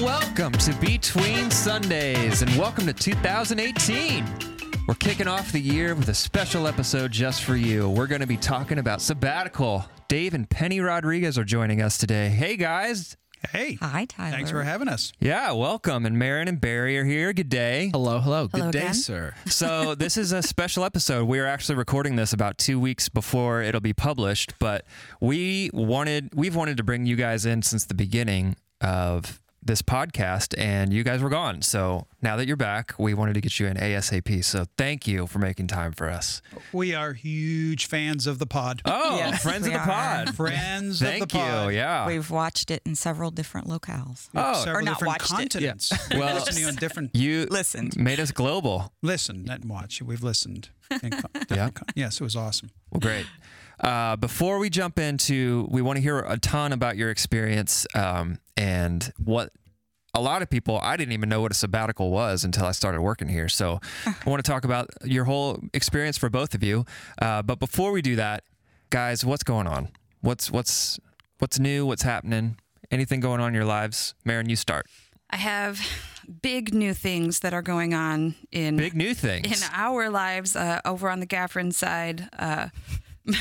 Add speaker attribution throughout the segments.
Speaker 1: to Between Sundays, and welcome to 2018. We're kicking off the year with a special episode just for you. We're going to be talking about sabbatical. Dave and Penny Rodriguez are joining us today. Hey, guys.
Speaker 2: Hey.
Speaker 3: Hi, Tyler.
Speaker 2: Thanks for having us.
Speaker 1: Yeah, welcome. And Marin and Barry are here. Good day.
Speaker 4: Hello, hello. Good
Speaker 3: Hello
Speaker 4: day,
Speaker 3: again.
Speaker 4: sir.
Speaker 1: So this is a special episode. We are actually recording this about two weeks before it'll be published, but we wanted we've wanted to bring you guys in since the beginning of this podcast, and you guys were gone. So now that you're back, we wanted to get you in ASAP. So thank you for making time for us.
Speaker 2: We are huge fans of the pod.
Speaker 1: Oh,
Speaker 3: Yes,
Speaker 1: friends of the
Speaker 3: we are.
Speaker 1: pod.
Speaker 2: Friends of the
Speaker 1: Thank you.
Speaker 2: pod.
Speaker 1: Yeah.
Speaker 3: We've watched it in several different locales.
Speaker 1: Oh.
Speaker 2: Several
Speaker 3: Or not
Speaker 2: different
Speaker 3: watched it.
Speaker 2: continents. We've
Speaker 1: Well-
Speaker 2: listening on different.
Speaker 1: you
Speaker 3: Listened.
Speaker 1: made us global.
Speaker 2: Listen, not watch. We've listened. in co- different
Speaker 1: Yeah.
Speaker 2: con- yes, it was awesome.
Speaker 1: Well, great. Uh, before we jump into, we want to hear a ton about your experience um, and what a lot of people. I didn't even know what a sabbatical was until I started working here. So I want to talk about your whole experience for both of you. Uh, but before we do that, guys, what's going on? What's what's what's new? What's happening? Anything going on in your lives? Marin, you start.
Speaker 5: I have big new things that are going on in
Speaker 1: Big new things.
Speaker 5: in our lives uh, over on the Gaffron side. Uh,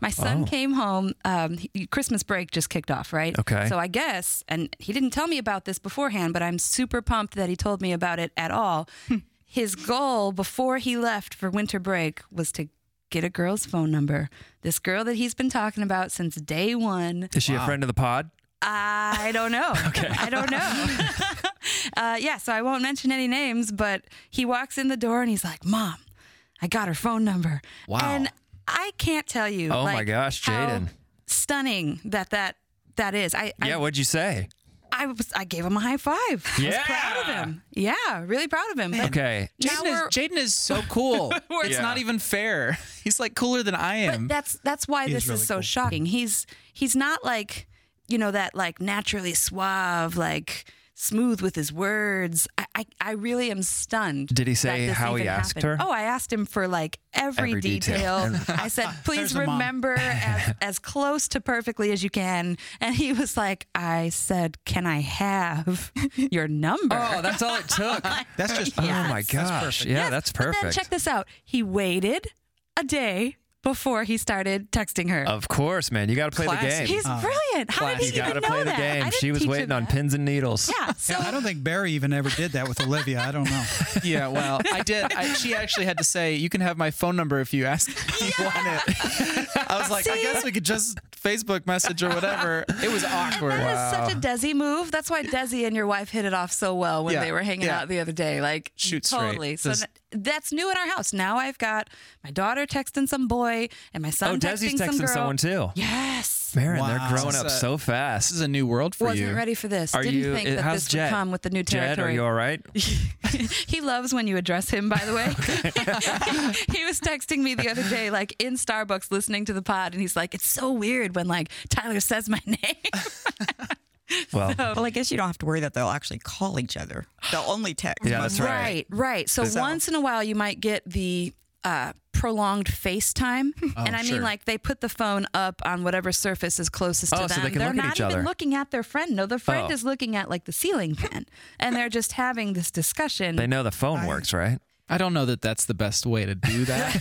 Speaker 5: my
Speaker 1: Oh.
Speaker 5: son came home. Um, he- Christmas break just kicked off, right?
Speaker 1: Okay.
Speaker 5: So I guess, and he didn't tell me about this beforehand, but I'm super pumped that he told me about it at all.
Speaker 1: Hmm.
Speaker 5: His goal before he left for winter break was to get a girl's phone number. This girl that he's been talking about since day one.
Speaker 1: Is she a friend of the pod?
Speaker 5: I don't know. I don't know. uh, yeah, so I won't mention any names, but he walks in the door and he's like, Mom, I got her phone number.
Speaker 4: Wow.
Speaker 5: And I can't tell you.
Speaker 1: Oh my
Speaker 5: like,
Speaker 1: gosh,
Speaker 5: how
Speaker 1: Jaden.
Speaker 5: Stunning that that that is. I
Speaker 1: yeah.
Speaker 5: I,
Speaker 1: What'd you say?
Speaker 5: I was I gave him a high five. I was
Speaker 1: Yeah.
Speaker 5: proud of him. Yeah, really proud of him. But
Speaker 1: Okay.
Speaker 5: now
Speaker 4: Jaden is,
Speaker 5: we're-
Speaker 4: Jaden is so cool. it's
Speaker 1: Yeah.
Speaker 4: not even fair. He's like cooler than I am.
Speaker 5: That's that's why this
Speaker 2: really
Speaker 5: is so
Speaker 2: cool.
Speaker 5: shocking. He's he's not like you know that like naturally suave, like smooth with his words. I I, I really am stunned.
Speaker 1: Did he
Speaker 5: that
Speaker 1: say
Speaker 5: this
Speaker 1: how he
Speaker 5: even
Speaker 1: asked
Speaker 5: happened.
Speaker 1: her?
Speaker 5: Oh, I asked him for like every,
Speaker 1: Every detail.
Speaker 5: detail. I said, please
Speaker 2: There's a mom.
Speaker 5: remember as, as close to perfectly as you can. And he was like, I said, can I have your number?
Speaker 1: Oh, that's all it took.
Speaker 2: That's just
Speaker 1: Oh my gosh. yeah, that's
Speaker 5: But then
Speaker 1: perfect.
Speaker 5: check this out. He waited a day before he started texting her.
Speaker 1: Of course, man. You got to play the game.
Speaker 4: Classy.
Speaker 5: He's brilliant. How
Speaker 1: you
Speaker 5: did he
Speaker 1: got to
Speaker 5: even know
Speaker 1: Ah. play the
Speaker 5: that? I
Speaker 1: game.
Speaker 5: didn't
Speaker 1: She was
Speaker 5: teach him
Speaker 1: waiting on
Speaker 5: that.
Speaker 1: pins and needles.
Speaker 5: Yeah. So
Speaker 2: Yeah, I don't think Barry even ever did that with Olivia. I don't know.
Speaker 4: yeah, well, I did. I, she actually had to say, "You can have my phone number if you ask if you want it." I was like, I guess we could just Facebook message or whatever. It was awkward.
Speaker 5: that is such a Desi move. That's why Desi and your wife hit it off so well when
Speaker 4: Yeah,
Speaker 5: they were hanging
Speaker 4: yeah.
Speaker 5: out the other day. Like
Speaker 4: Shoot straight.
Speaker 5: totally. So
Speaker 4: Just-
Speaker 5: th- that's new in our house. Now I've got my daughter texting some boy and my son
Speaker 1: Oh, Desi's
Speaker 5: texting,
Speaker 1: texting
Speaker 5: some girl.
Speaker 1: someone too.
Speaker 5: Yes.
Speaker 1: Marin, they're
Speaker 2: Wow.
Speaker 1: growing
Speaker 4: This
Speaker 1: up
Speaker 4: is a-
Speaker 1: so
Speaker 4: this
Speaker 1: fast.
Speaker 4: is a new world for
Speaker 5: Wasn't
Speaker 4: you.
Speaker 5: ready for this.
Speaker 1: Are
Speaker 5: Didn't
Speaker 1: you?
Speaker 5: think
Speaker 1: it-
Speaker 5: that
Speaker 1: how's
Speaker 5: this
Speaker 1: Jed?
Speaker 5: would come with the new
Speaker 1: Jed, are
Speaker 5: territory.
Speaker 1: you all right?
Speaker 5: he loves when you address him, by the way. he was texting me the other day, like in Starbucks, listening to the pod, and he's like, It's so weird when like Tyler says my name.
Speaker 1: Well,
Speaker 3: Well, I guess you don't have to worry that they'll actually call each other. They'll only text.
Speaker 1: yeah, that's right.
Speaker 5: right, right. So, once in a while, you might get the uh, prolonged FaceTime,
Speaker 1: Oh,
Speaker 5: and I
Speaker 4: sure.
Speaker 5: mean like they put the phone up on whatever surface is closest
Speaker 1: Oh,
Speaker 5: to them.
Speaker 1: so they can
Speaker 5: are
Speaker 1: look at
Speaker 5: not
Speaker 1: each
Speaker 5: even
Speaker 1: other.
Speaker 5: looking at their friend. No, the friend
Speaker 1: Oh.
Speaker 5: is looking at like the ceiling fan, and they're just having this discussion.
Speaker 1: They know the phone works, right?
Speaker 4: I don't know that that's the best way to do that.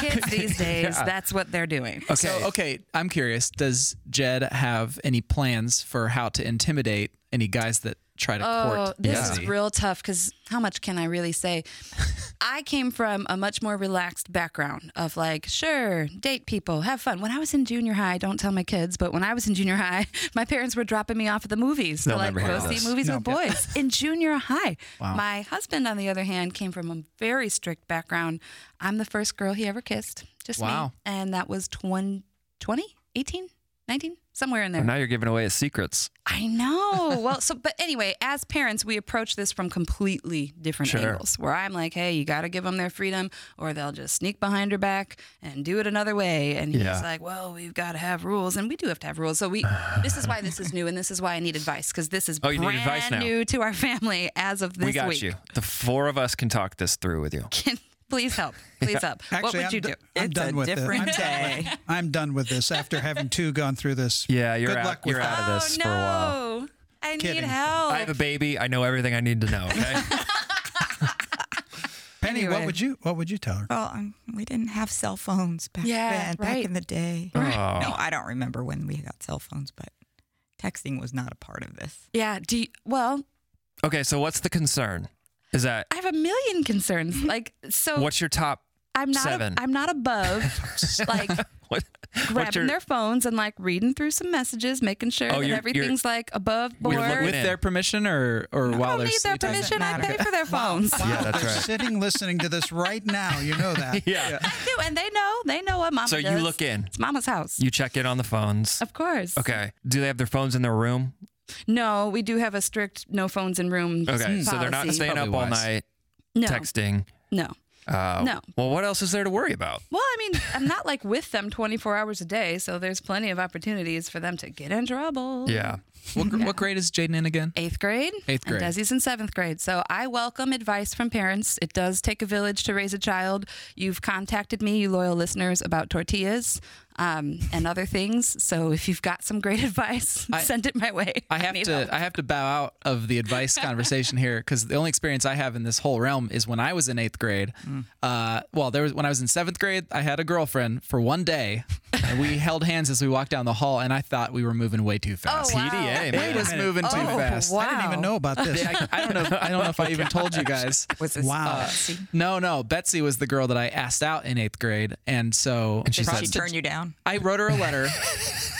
Speaker 5: Kids these days, that's what they're doing.
Speaker 4: Okay. So, okay, I'm curious. Does Jed have any plans for how to intimidate any guys that try to
Speaker 5: Oh,
Speaker 4: court?
Speaker 5: this
Speaker 4: Desi?
Speaker 5: is real tough because how much can I really say? I came from a much more relaxed background of like, sure, date people, have fun. When I was in junior high, don't tell my kids, but when I was in junior high, my parents were dropping me off at the movies to
Speaker 1: They'll
Speaker 5: like
Speaker 1: never hear
Speaker 5: go
Speaker 1: this.
Speaker 5: see movies
Speaker 2: No.
Speaker 5: with boys in junior high. My husband, on the other hand, came from a very strict background. I'm the first girl he ever kissed, just me.
Speaker 4: Wow.
Speaker 5: And that was 20, 20 18, 19, somewhere in there.
Speaker 1: Now you're giving away his secrets.
Speaker 5: I know. Well, so but anyway, as parents, we approach this from completely different
Speaker 1: Sure.
Speaker 5: angles. Where I'm like, "Hey, you got to give them their freedom, or they'll just sneak behind her back and do it another way." And he's
Speaker 1: Yeah.
Speaker 5: like, "Well, we've got to have rules, and we do have to have rules." So we, this is why this is new, and this is why I need advice because this is
Speaker 1: Oh, you need
Speaker 5: brand
Speaker 1: advice now.
Speaker 5: new to our family as of this
Speaker 1: we got
Speaker 5: week.
Speaker 1: you. The four of us can talk this through with you.
Speaker 5: Can please help? Please help. what
Speaker 2: Actually,
Speaker 5: would
Speaker 2: I'm
Speaker 5: you
Speaker 2: do-
Speaker 5: do?
Speaker 2: I'm
Speaker 3: It's
Speaker 2: done
Speaker 3: a
Speaker 2: with it.
Speaker 3: different
Speaker 2: I'm done with-
Speaker 3: day.
Speaker 2: I'm done with this after having two gone through this.
Speaker 1: Yeah, you're
Speaker 2: Good
Speaker 1: out.
Speaker 2: luck with
Speaker 1: you're out
Speaker 2: that.
Speaker 1: of this
Speaker 5: oh
Speaker 1: for a while.
Speaker 5: no! I need
Speaker 2: Kidding.
Speaker 5: help.
Speaker 1: I have a baby. I know everything I need to know. Okay.
Speaker 2: Penny,
Speaker 5: Anyway.
Speaker 2: what would you what would you tell her?
Speaker 3: Well, um, we didn't have cell phones back
Speaker 5: Yeah,
Speaker 3: then,
Speaker 5: right.
Speaker 3: back in the day.
Speaker 1: Right.
Speaker 3: No, I don't remember when we got cell phones, but texting was not a part of this.
Speaker 5: yeah. Do you, well.
Speaker 1: okay. So what's the concern? Is that
Speaker 5: I have a million concerns. Like so,
Speaker 1: what's your top?
Speaker 5: I'm not.
Speaker 1: seven?
Speaker 5: A, I'm not above like
Speaker 1: What? what's
Speaker 5: grabbing
Speaker 1: your,
Speaker 5: their phones and like reading through some messages, making sure
Speaker 1: Oh,
Speaker 5: that
Speaker 1: you're-
Speaker 5: everything's like above board.
Speaker 1: you're looking
Speaker 4: With
Speaker 1: in.
Speaker 4: their permission or or
Speaker 5: I don't
Speaker 4: while they're
Speaker 5: need their
Speaker 4: sleeping?
Speaker 5: permission. I
Speaker 3: Doesn't
Speaker 5: pay for their phones.
Speaker 1: Yeah, that's
Speaker 2: They're
Speaker 1: right.
Speaker 2: sitting listening to this right now. You know that.
Speaker 1: Yeah.
Speaker 5: I do, and they know. They know what mama
Speaker 1: So
Speaker 5: does.
Speaker 1: you look in.
Speaker 5: It's mama's house.
Speaker 1: You check in on the phones.
Speaker 5: of course.
Speaker 1: Okay. Do they have their phones in their room?
Speaker 5: No, we do have a strict no phones in room.
Speaker 1: Okay. So they're not
Speaker 5: policy.
Speaker 1: staying up
Speaker 4: Probably
Speaker 1: all
Speaker 4: wise.
Speaker 1: night
Speaker 5: No,
Speaker 1: texting.
Speaker 5: no.
Speaker 1: Uh,
Speaker 5: No.
Speaker 1: Well, what else is there to worry about?
Speaker 5: Well, I mean, I'm not like with them 24 hours a day, so there's plenty of opportunities for them to get in trouble.
Speaker 1: Yeah.
Speaker 4: What, gr- what grade is Jaden in again?
Speaker 5: eighth grade.
Speaker 4: Eighth grade.
Speaker 5: And Desi's in seventh grade. So I welcome advice from parents. It does take a village to raise a child. You've contacted me, you loyal listeners, about tortillas um, and other things. So if you've got some great advice, send it my way.
Speaker 4: I have
Speaker 5: need
Speaker 4: to
Speaker 5: help.
Speaker 4: I have to bow out of the advice conversation here because the only experience I have in this whole realm is when I was in eighth grade.
Speaker 5: Mm.
Speaker 4: Uh, well, there was when I was in seventh grade, I had a girlfriend for one day, and we held hands as we walked down the hall, and I thought we were moving way too fast.
Speaker 5: Oh, wow.
Speaker 1: TDA,
Speaker 4: They
Speaker 1: man.
Speaker 4: was moving too
Speaker 5: Oh,
Speaker 4: fast.
Speaker 5: wow.
Speaker 2: I didn't even know about this.
Speaker 1: uh,
Speaker 4: I, I don't know. I don't know if I even told you guys.
Speaker 3: Was this
Speaker 2: Wow.
Speaker 3: uh, see,
Speaker 4: No, no. Betsy was the girl that I asked out in eighth grade, and so
Speaker 1: And she
Speaker 3: did
Speaker 1: said-
Speaker 3: she turn you down?
Speaker 4: I wrote her a letter.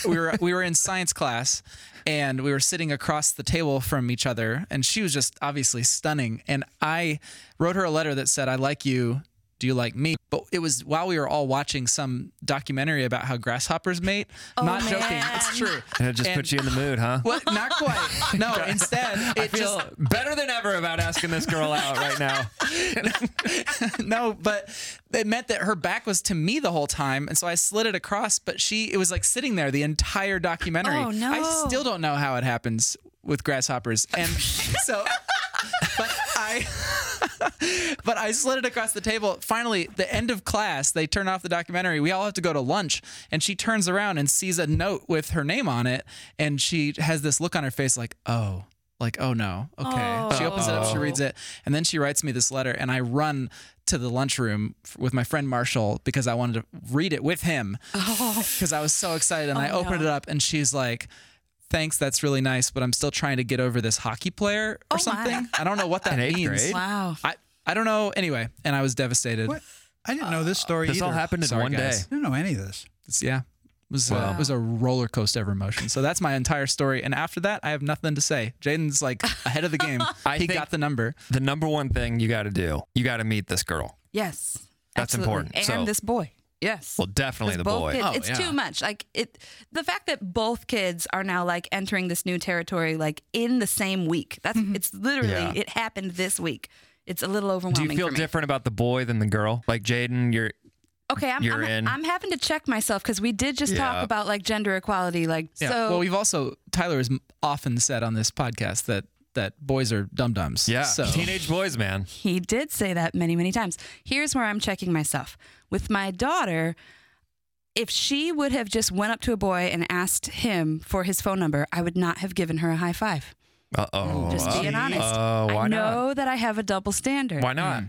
Speaker 4: we were we were in science class and we were sitting across the table from each other and she was just obviously stunning and I wrote her a letter that said I like you do you like me? But it was while we were all watching some documentary about how grasshoppers mate.
Speaker 1: Oh,
Speaker 4: Not joking. It's true.
Speaker 1: And it just puts you in the mood, huh?
Speaker 4: Well, not quite. No, instead,
Speaker 1: I
Speaker 4: it
Speaker 1: feel
Speaker 4: just
Speaker 1: better than ever about asking this girl out right now.
Speaker 4: no, but it meant that her back was to me the whole time, and so I slid it across. But she, it was like sitting there the entire documentary.
Speaker 5: Oh, no.
Speaker 4: I still don't know how it happens with grasshoppers, and so, but I. But I slid it across the table. Finally, the end of class, they turn off the documentary. We all have to go to lunch. And she turns around and sees a note with her name on it. And she has this look on her face like, oh, like, oh no. Okay. She opens it up, she reads it. And then she writes me this letter. And I run to the lunchroom f- with my friend Marshall because I wanted to read it with him because I was so excited. And I opened it up and she's like, Thanks, that's really nice, but I'm still trying to get over this hockey player or something. I don't know what that
Speaker 1: In eighth
Speaker 4: means.
Speaker 1: grade?
Speaker 5: Wow.
Speaker 4: I, I don't know. Anyway, and I was devastated.
Speaker 2: What? I didn't know this story
Speaker 1: Uh, This
Speaker 2: either.
Speaker 1: all happened in
Speaker 4: Sorry,
Speaker 1: one
Speaker 4: guys.
Speaker 1: day.
Speaker 2: I didn't know any of this.
Speaker 4: It's- yeah, it was uh,
Speaker 1: Wow.
Speaker 4: it was a roller coaster of emotion. So that's my entire story. And after that, I have nothing to say. Jaden's like ahead of the game.
Speaker 1: I
Speaker 4: he
Speaker 1: think-
Speaker 4: got the number.
Speaker 1: The number one thing you got to do, you got to meet this girl.
Speaker 5: Yes.
Speaker 1: That's
Speaker 5: absolutely.
Speaker 1: important.
Speaker 5: And
Speaker 1: So-
Speaker 5: this boy. Yes.
Speaker 1: Well, definitely
Speaker 5: Because
Speaker 1: the
Speaker 5: both
Speaker 1: boy.
Speaker 5: kids-
Speaker 4: Oh,
Speaker 5: it's
Speaker 4: yeah.
Speaker 5: too much. Like it, the fact that both kids are now like entering this new territory, like in the same week. That's it's literally
Speaker 1: Yeah.
Speaker 5: it happened this week. It's a little
Speaker 1: Do
Speaker 5: overwhelming.
Speaker 1: you feel
Speaker 5: for me.
Speaker 1: different about the boy than the girl? Like Jaden, you're
Speaker 5: Okay, I'm
Speaker 1: You're
Speaker 5: I'm,
Speaker 1: in.
Speaker 5: I'm having to check myself because we did just
Speaker 1: Yeah.
Speaker 5: talk about like gender equality. Like
Speaker 4: Yeah.
Speaker 5: so,
Speaker 4: well, we've also Tyler has m- often said on this podcast that that boys are dum dums.
Speaker 1: yeah,
Speaker 4: So
Speaker 1: teenage boys, man.
Speaker 5: he did say that many many times. Here's where I'm checking myself with my daughter. If she would have just went up to a boy and asked him for his phone number, I would not have given her a high five.
Speaker 1: Uh oh.
Speaker 5: Just being honest.
Speaker 1: Oh, why
Speaker 5: I
Speaker 1: not?
Speaker 5: know that I have a double standard.
Speaker 1: Why not?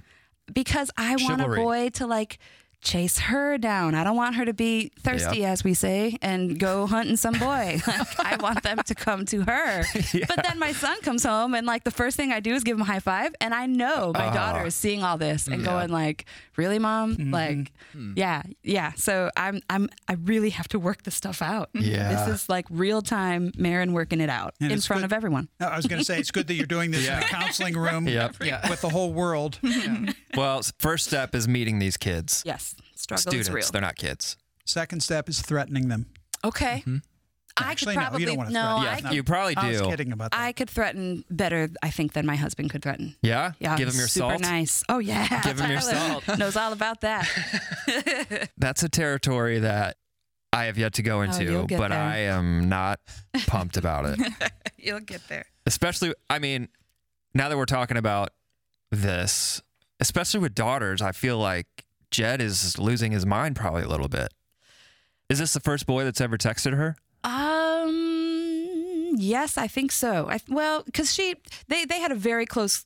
Speaker 5: because I want
Speaker 1: Chivalry.
Speaker 5: a boy to like chase her down. I don't want her to be thirsty, as we say, and go hunting some boy. like, I want them to come to her. But then my son comes home, and like the first thing I do is give him a high five, and I know my daughter is seeing all this and going like, "Really, mom? Like, yeah, yeah." So I'm, I'm, I really have to work this stuff out.
Speaker 1: Yeah.
Speaker 5: this is like real time, Marin working it out
Speaker 2: And
Speaker 5: in
Speaker 2: it's
Speaker 5: front
Speaker 2: good-
Speaker 5: of everyone.
Speaker 2: No, I was going to say it's good that you're doing this in a counseling room
Speaker 1: Yep.
Speaker 4: Yeah.
Speaker 2: with the whole world.
Speaker 1: Well, s- first step is meeting these kids.
Speaker 5: Yes, struggle
Speaker 1: Students,
Speaker 5: is real.
Speaker 1: they're not kids.
Speaker 2: Second step is threatening them.
Speaker 5: Okay. I
Speaker 2: Actually,
Speaker 5: could
Speaker 2: no, you
Speaker 5: probably
Speaker 2: don't wanna
Speaker 5: no,
Speaker 2: threaten.
Speaker 5: Oh, I
Speaker 1: yeah,
Speaker 5: could
Speaker 1: you probably do.
Speaker 2: I was kidding about that.
Speaker 5: I could threaten better, I think, than my husband could threaten.
Speaker 1: Yeah?
Speaker 5: Yeah,
Speaker 1: Give them your
Speaker 5: super
Speaker 1: salt.
Speaker 5: Nice. Oh yeah.
Speaker 1: Give him your
Speaker 5: Tyler Knows all about that.
Speaker 1: That's a territory that I have yet to go into,
Speaker 5: Oh, you'll get
Speaker 1: but
Speaker 5: there.
Speaker 1: I am not pumped about it.
Speaker 5: You'll get there.
Speaker 1: especially i mean now that we're talking about this especially with daughters i feel like jed is losing his mind probably a little bit is this the first boy that's ever texted her
Speaker 5: Um. yes, I think so. I, well, because she they they had a very close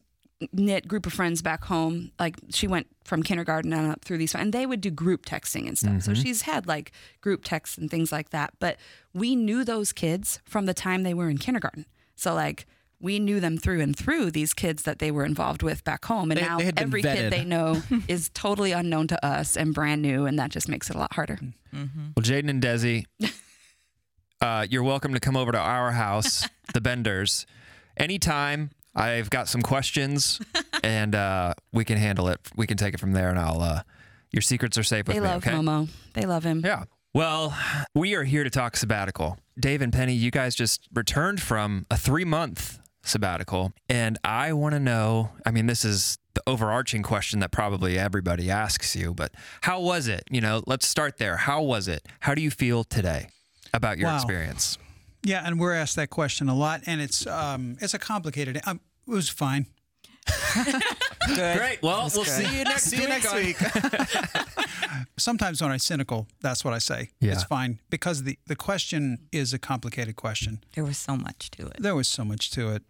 Speaker 5: knit group of friends back home. Like she went from kindergarten on up through these, and they would do group texting and stuff.
Speaker 4: Mm-hmm.
Speaker 5: So she's had like group texts and things like that. But we knew those kids from the time they were in kindergarten. So like. We knew them through and through these kids that they were involved with back home, and
Speaker 4: They-
Speaker 5: now
Speaker 4: they had been
Speaker 5: every
Speaker 4: vetted.
Speaker 5: kid they know is totally unknown to us and brand new, and that just makes it a lot harder.
Speaker 4: Mm,
Speaker 1: Well,
Speaker 5: Mm-hmm.
Speaker 1: Jaden and Desi, uh, you're welcome to come over to our house, the Benders, anytime. I've got some questions, and uh, we can handle it. We can take it from there, and I'll. Uh, your secrets are safe with
Speaker 5: They
Speaker 1: me.
Speaker 5: love
Speaker 1: okay?
Speaker 5: Momo. They love him.
Speaker 1: Yeah. Well, we are here to talk sabbatical. Dave and Penny, you guys just returned from a three month sabbatical. And I want to know I mean, this is the overarching question that probably everybody asks you, but how was it? You know, let's start there. How was it? How do you feel today about your
Speaker 2: Wow.
Speaker 1: experience?
Speaker 2: Yeah, and we're asked that question a lot, and it's um, it's a complicated. Um, it was fine.
Speaker 1: Great. Well, we'll see you next
Speaker 4: See you next week.
Speaker 2: Sometimes when I'm cynical, that's what I say.
Speaker 1: Yeah.
Speaker 2: It's fine because the the question is a complicated question.
Speaker 3: There was so much to it.
Speaker 2: There was so much to it,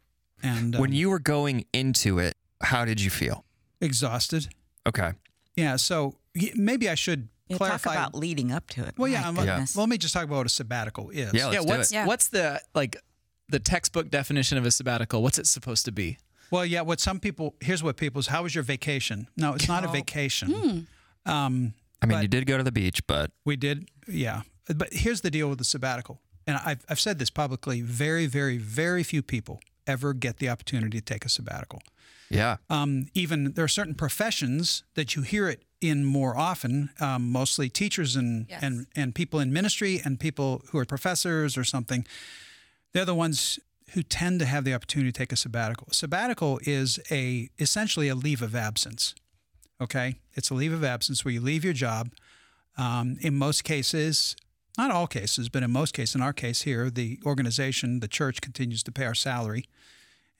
Speaker 2: and um,
Speaker 1: When you were going into it, how did you feel?
Speaker 2: exhausted.
Speaker 1: Okay.
Speaker 2: Yeah, so y- maybe I should
Speaker 3: Yeah, talk
Speaker 2: clarify.
Speaker 3: about leading up to it.
Speaker 2: well, yeah,
Speaker 3: My
Speaker 2: I'm,
Speaker 3: goodness.
Speaker 2: well, let me just talk about what a sabbatical is.
Speaker 1: Yeah, let's
Speaker 4: yeah,
Speaker 1: do
Speaker 4: what's
Speaker 1: it.
Speaker 5: Yeah.
Speaker 4: what's the like the textbook definition of a sabbatical? What's it supposed to be?
Speaker 2: Well, yeah, what some people here's what people is how was your vacation? No, it's not a vacation. Um,
Speaker 1: I mean,
Speaker 2: But-
Speaker 1: you did go to the beach, but
Speaker 2: we did, yeah. But here's the deal with the sabbatical, and I've I've said this publicly. Very, very, very few people ever get the opportunity to take a sabbatical.
Speaker 1: yeah.
Speaker 2: Um, even there are certain professions that you hear it in more often, um, mostly teachers and,
Speaker 5: Yes.
Speaker 2: and and people in ministry and people who are professors or something. They're the ones who tend to have the opportunity to take a sabbatical. Sabbatical is a essentially a leave of absence. Okay, it's a leave of absence where you leave your job. Um, in most cases, not all cases, but in most cases, in our case here, the organization, the church, continues to pay our salary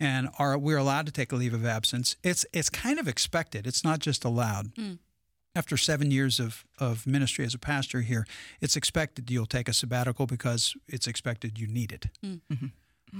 Speaker 2: and are we're allowed to take a leave of absence. It's it's kind of expected. It's not just allowed. After seven years of, of ministry as a pastor here, it's expected you'll take a sabbatical because it's expected you need it.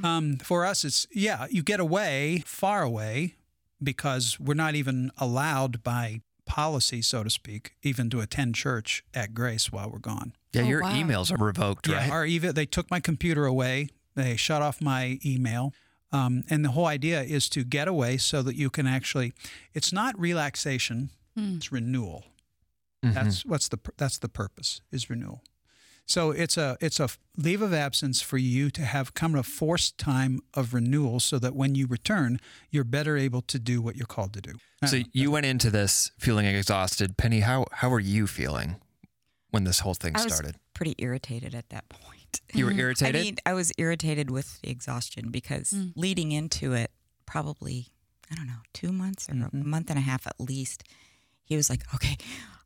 Speaker 2: Um, for us, it's yeah, you get away far away because we're not even allowed by policy, so to speak, even to attend church at Grace while we're gone.
Speaker 1: Yeah,
Speaker 5: Oh,
Speaker 1: your
Speaker 5: wow.
Speaker 1: emails are revoked, right?
Speaker 2: Yeah, or even they took my computer away. They shut off my email. Um, and the whole idea is to get away so that you can actually. It's not relaxation;
Speaker 5: Hmm.
Speaker 2: it's renewal.
Speaker 1: Mhm.
Speaker 2: That's what's the pur- that's the purpose is renewal. So it's a it's a f- leave of absence for you to have come a forced time of renewal, so that when you return, you're better able to do what you're called to do.
Speaker 1: So you went into this feeling exhausted. Penny, how how were you feeling when this whole thing
Speaker 3: I was
Speaker 1: started?
Speaker 3: pretty irritated at that point.
Speaker 1: You were irritated?
Speaker 3: I mean, I was irritated with the exhaustion because leading into it, probably, I don't know, two months or
Speaker 1: Mm-hmm.
Speaker 3: a month and a half at least, he was like, okay,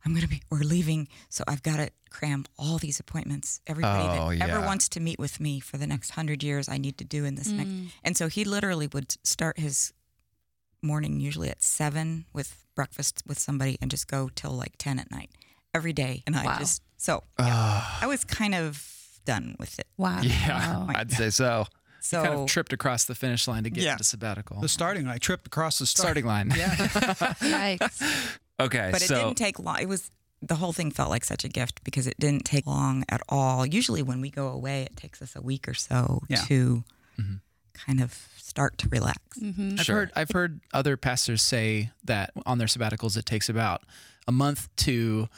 Speaker 3: I'm going to be, we're leaving. So I've got to cram all these appointments. Everybody
Speaker 1: Oh,
Speaker 3: that ever
Speaker 1: yeah.
Speaker 3: wants to meet with me for the next hundred years, I need to do in this next. And so he literally would start his morning, usually at seven, with breakfast with somebody and just go till like 10 at night every day. And I
Speaker 5: Wow.
Speaker 3: just, so
Speaker 1: Ah,
Speaker 3: I was kind of done with it.
Speaker 5: Wow.
Speaker 1: yeah,
Speaker 5: Wow.
Speaker 1: I'd say so.
Speaker 3: So
Speaker 4: kind of tripped across the finish line to get
Speaker 2: Yeah.
Speaker 4: to sabbatical.
Speaker 2: the starting line, I tripped across the starting.
Speaker 4: starting line. Yeah.
Speaker 5: Yikes.
Speaker 1: Okay,
Speaker 3: but it
Speaker 1: so
Speaker 3: didn't take long. It was the whole thing felt like such a gift because it didn't take long at all. Usually, when we go away, it takes us a week or so
Speaker 2: Yeah.
Speaker 3: to kind of start to relax.
Speaker 5: Mm-hmm.
Speaker 4: I've heard I've heard other pastors say that on their sabbaticals it takes about a month to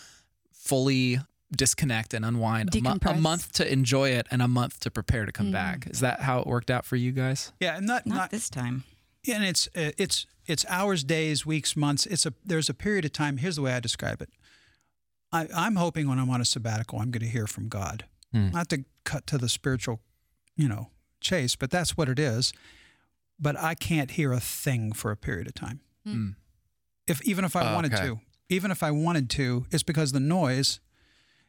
Speaker 4: fully disconnect and unwind, a, mo- a
Speaker 5: Decompress.
Speaker 4: month to enjoy it, and a month to prepare to
Speaker 3: Hmm.
Speaker 4: come back. Is that how it worked out for you guys?
Speaker 2: Yeah, and
Speaker 3: Not, this time.
Speaker 2: Yeah, and it's uh, it's it's hours, days, weeks, months. It's a there's a period of time. Here's the way I describe it. I, I'm hoping when I'm on a sabbatical, I'm going to hear from God.
Speaker 1: Hmm.
Speaker 2: Not to cut to the spiritual, you know, chase, but that's what it is. But I can't hear a thing for a period of time.
Speaker 4: Mm.
Speaker 2: If even if I
Speaker 1: Hmm. Oh,
Speaker 2: wanted
Speaker 1: okay.
Speaker 2: to, even if I wanted to, it's because the noise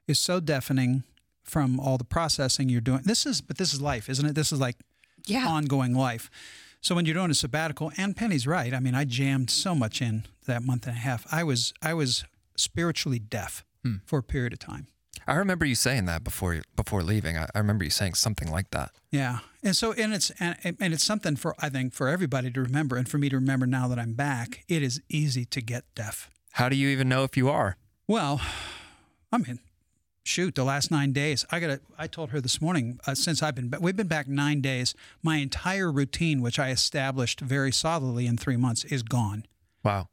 Speaker 2: is so deafening from all the processing you're doing. This is but this is life, isn't it? This is like
Speaker 5: Yeah.
Speaker 2: ongoing life. So when you're doing a sabbatical, and Penny's right. I mean, I jammed so much in that month and a half. I was I was spiritually deaf for a period of time.
Speaker 1: I remember you saying that before before leaving. I, I remember you saying something like that.
Speaker 2: Yeah, and so and it's and, and it's something for I think for everybody to remember, and for me to remember now that I'm back. It is easy to get deaf.
Speaker 1: How do you even know if you are?
Speaker 2: Well, I mean, shoot, the last nine days, I got. to I told her this morning uh, since I've been ba- we've been back nine days. My entire routine, which I established very solidly in three months, is gone.
Speaker 1: Wow,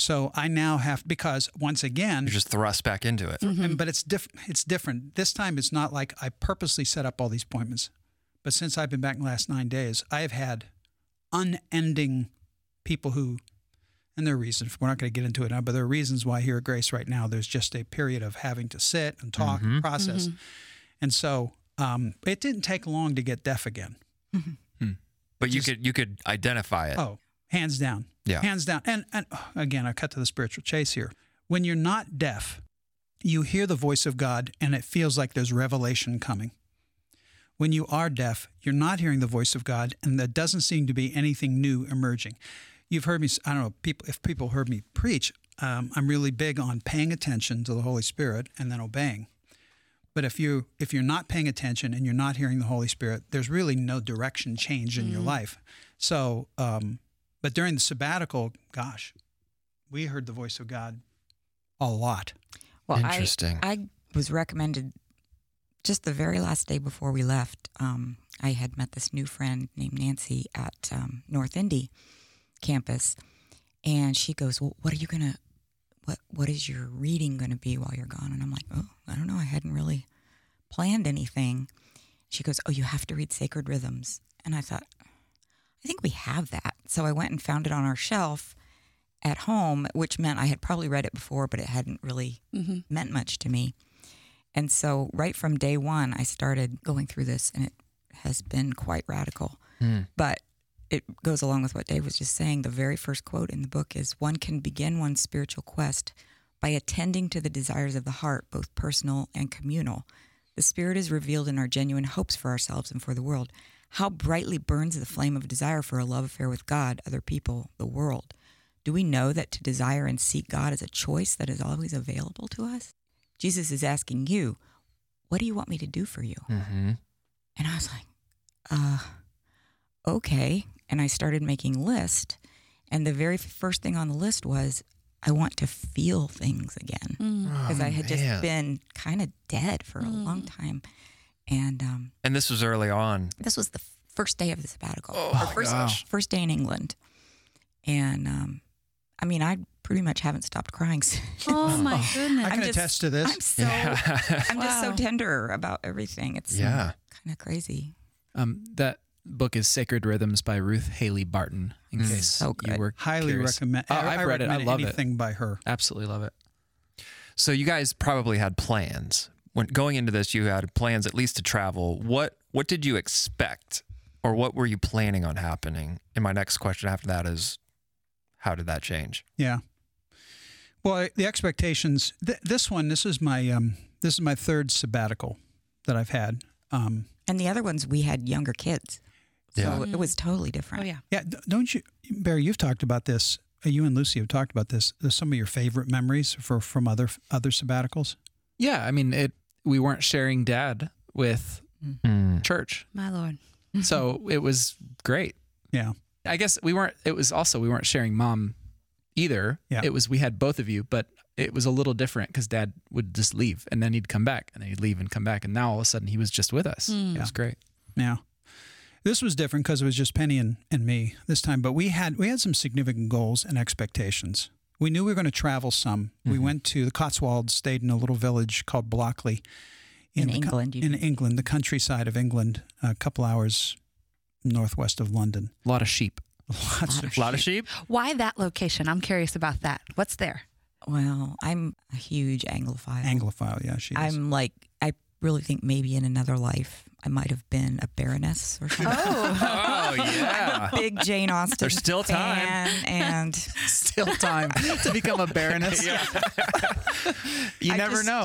Speaker 2: So I now have because once again,
Speaker 1: you're just thrust back into
Speaker 3: Mm-hmm.
Speaker 1: it.
Speaker 2: and- but it's diff- it's different. This time it's not like I purposely set up all these appointments. But since I've been back in the last nine days, I have had unending people who, and there are reasons, we're not going to get into it now, but there are reasons why here at Grace right now, there's just a period of having to sit and talk and process. And so um, it didn't take long to get deaf again.
Speaker 1: But you could you could identify it.
Speaker 2: Oh, hands down.
Speaker 1: Yeah.
Speaker 2: Hands down. And and oh, again, I cut to the spiritual chase here. When you're not deaf, you hear the voice of God and it feels like there's revelation coming. When you are deaf, you're not hearing the voice of God and there doesn't seem to be anything new emerging. You've heard me s- I don't know, people if people heard me preach, um, I'm really big on paying attention to the Holy Spirit and then obeying. But if you if you're not paying attention and you're not hearing the Holy Spirit, there's really no direction change in
Speaker 3: Mm.
Speaker 2: your life. So, um, but during the sabbatical, gosh, we heard the voice of God a lot.
Speaker 3: Well, I-
Speaker 1: Interesting.
Speaker 3: I, was recommended just the very last day before we left. Um, I had met this new friend named Nancy at um, North Indy campus, and she goes, "Well, what are you gonna? What What is your reading gonna be while you're gone?" And I'm like, "Oh, I don't know. I hadn't really planned anything." She goes, "Oh, you have to read Sacred Rhythms," and I thought, "I think we have that." So I went and found it on our shelf at home, which meant I had probably read it before, but it hadn't really
Speaker 5: Mm-hmm.
Speaker 3: meant much to me. And so, right from day one, I started going through this, and it has been quite radical. But it goes along with what Dave was just saying. The very first quote in the book is One can begin one's spiritual quest by attending to the desires of the heart, both personal and communal. The Spirit is revealed in our genuine hopes for ourselves and for the world. How brightly burns the flame of desire for a love affair with God, other people, the world. Do we know that to desire and seek God is a choice that is always available to us? Jesus is asking you, What do you want me to do for you?
Speaker 1: mm-hmm.
Speaker 3: And I was like, uh, okay. And I started making list. And the very first thing on the list was, I want to feel things again
Speaker 5: Mm-hmm.
Speaker 1: Oh,
Speaker 3: because Mm-hmm. I had just been kind of dead for a long time. And um,
Speaker 1: And this was early on.
Speaker 3: this was the first day of the sabbatical. Oh, first, first day in England. And um, I mean, I pretty much haven't stopped crying since.
Speaker 5: Oh my
Speaker 2: I
Speaker 5: goodness.
Speaker 2: can
Speaker 3: Mm, I'm just-
Speaker 2: attest to this.
Speaker 3: I'm so I'm just so
Speaker 5: Wow.
Speaker 3: tender about everything. It's
Speaker 1: Yeah.
Speaker 3: kind of crazy.
Speaker 4: Um, that book is Sacred Rhythms by Ruth Haley Barton. In case
Speaker 3: Hmm. So
Speaker 4: you
Speaker 3: good.
Speaker 4: were
Speaker 2: Highly
Speaker 4: curious.
Speaker 2: recommend.
Speaker 4: Oh, I've
Speaker 2: I
Speaker 4: read it. I
Speaker 2: recommend
Speaker 4: love it.
Speaker 2: anything by her.
Speaker 4: Absolutely love it.
Speaker 1: So you guys probably had plans when going into this. You had plans at least to travel. What what did you expect, or what were you planning on happening? And my next question after that is, how did that change?
Speaker 2: Yeah. Well, the expectations. Th- this one, this is my um, this is my third sabbatical that I've had. Um,
Speaker 3: And the other ones we had younger kids. So
Speaker 1: Yeah.
Speaker 3: it was totally different.
Speaker 5: Oh yeah.
Speaker 2: Yeah, d- don't you, Barry? You've talked about this. Uh, You and Lucy have talked about this. There's some of your favorite memories for from other other sabbaticals.
Speaker 4: Yeah, I mean, it. We weren't sharing dad with
Speaker 1: Hmm.
Speaker 4: church,
Speaker 5: My lord.
Speaker 4: so it was great.
Speaker 2: Yeah,
Speaker 4: I guess we weren't. It was also we weren't sharing mom either.
Speaker 2: Yeah.
Speaker 4: It was we had both of you, but it was a little different because dad would just leave and then he'd come back and then he'd leave and come back and now all of a sudden he was just with us.
Speaker 3: Hmm.
Speaker 4: It was great.
Speaker 2: yeah. This was different because it was just Penny and, and me this time. But we had we had some significant goals and expectations. We knew we were going to travel some.
Speaker 3: Mm-hmm.
Speaker 2: We went to the Cotswolds, stayed in a little village called Blockley,
Speaker 3: In
Speaker 2: the co-
Speaker 3: England, you
Speaker 2: in
Speaker 3: mean.
Speaker 2: England, the countryside of England, a couple hours northwest of London.
Speaker 4: A lot of sheep.
Speaker 2: Lots of
Speaker 1: A lot of sheep.
Speaker 5: Why that location? I'm curious about that. What's there?
Speaker 3: Well, I'm a huge Anglophile.
Speaker 2: Anglophile, yeah, she is.
Speaker 3: I'm like, I really think maybe in another life I might have been a baroness or something.
Speaker 5: Oh.
Speaker 1: Oh yeah.
Speaker 3: Big Jane Austen.
Speaker 1: There's still time.
Speaker 3: fan, And
Speaker 4: Still time to become a baroness. you
Speaker 3: I
Speaker 4: never
Speaker 3: just-
Speaker 4: know.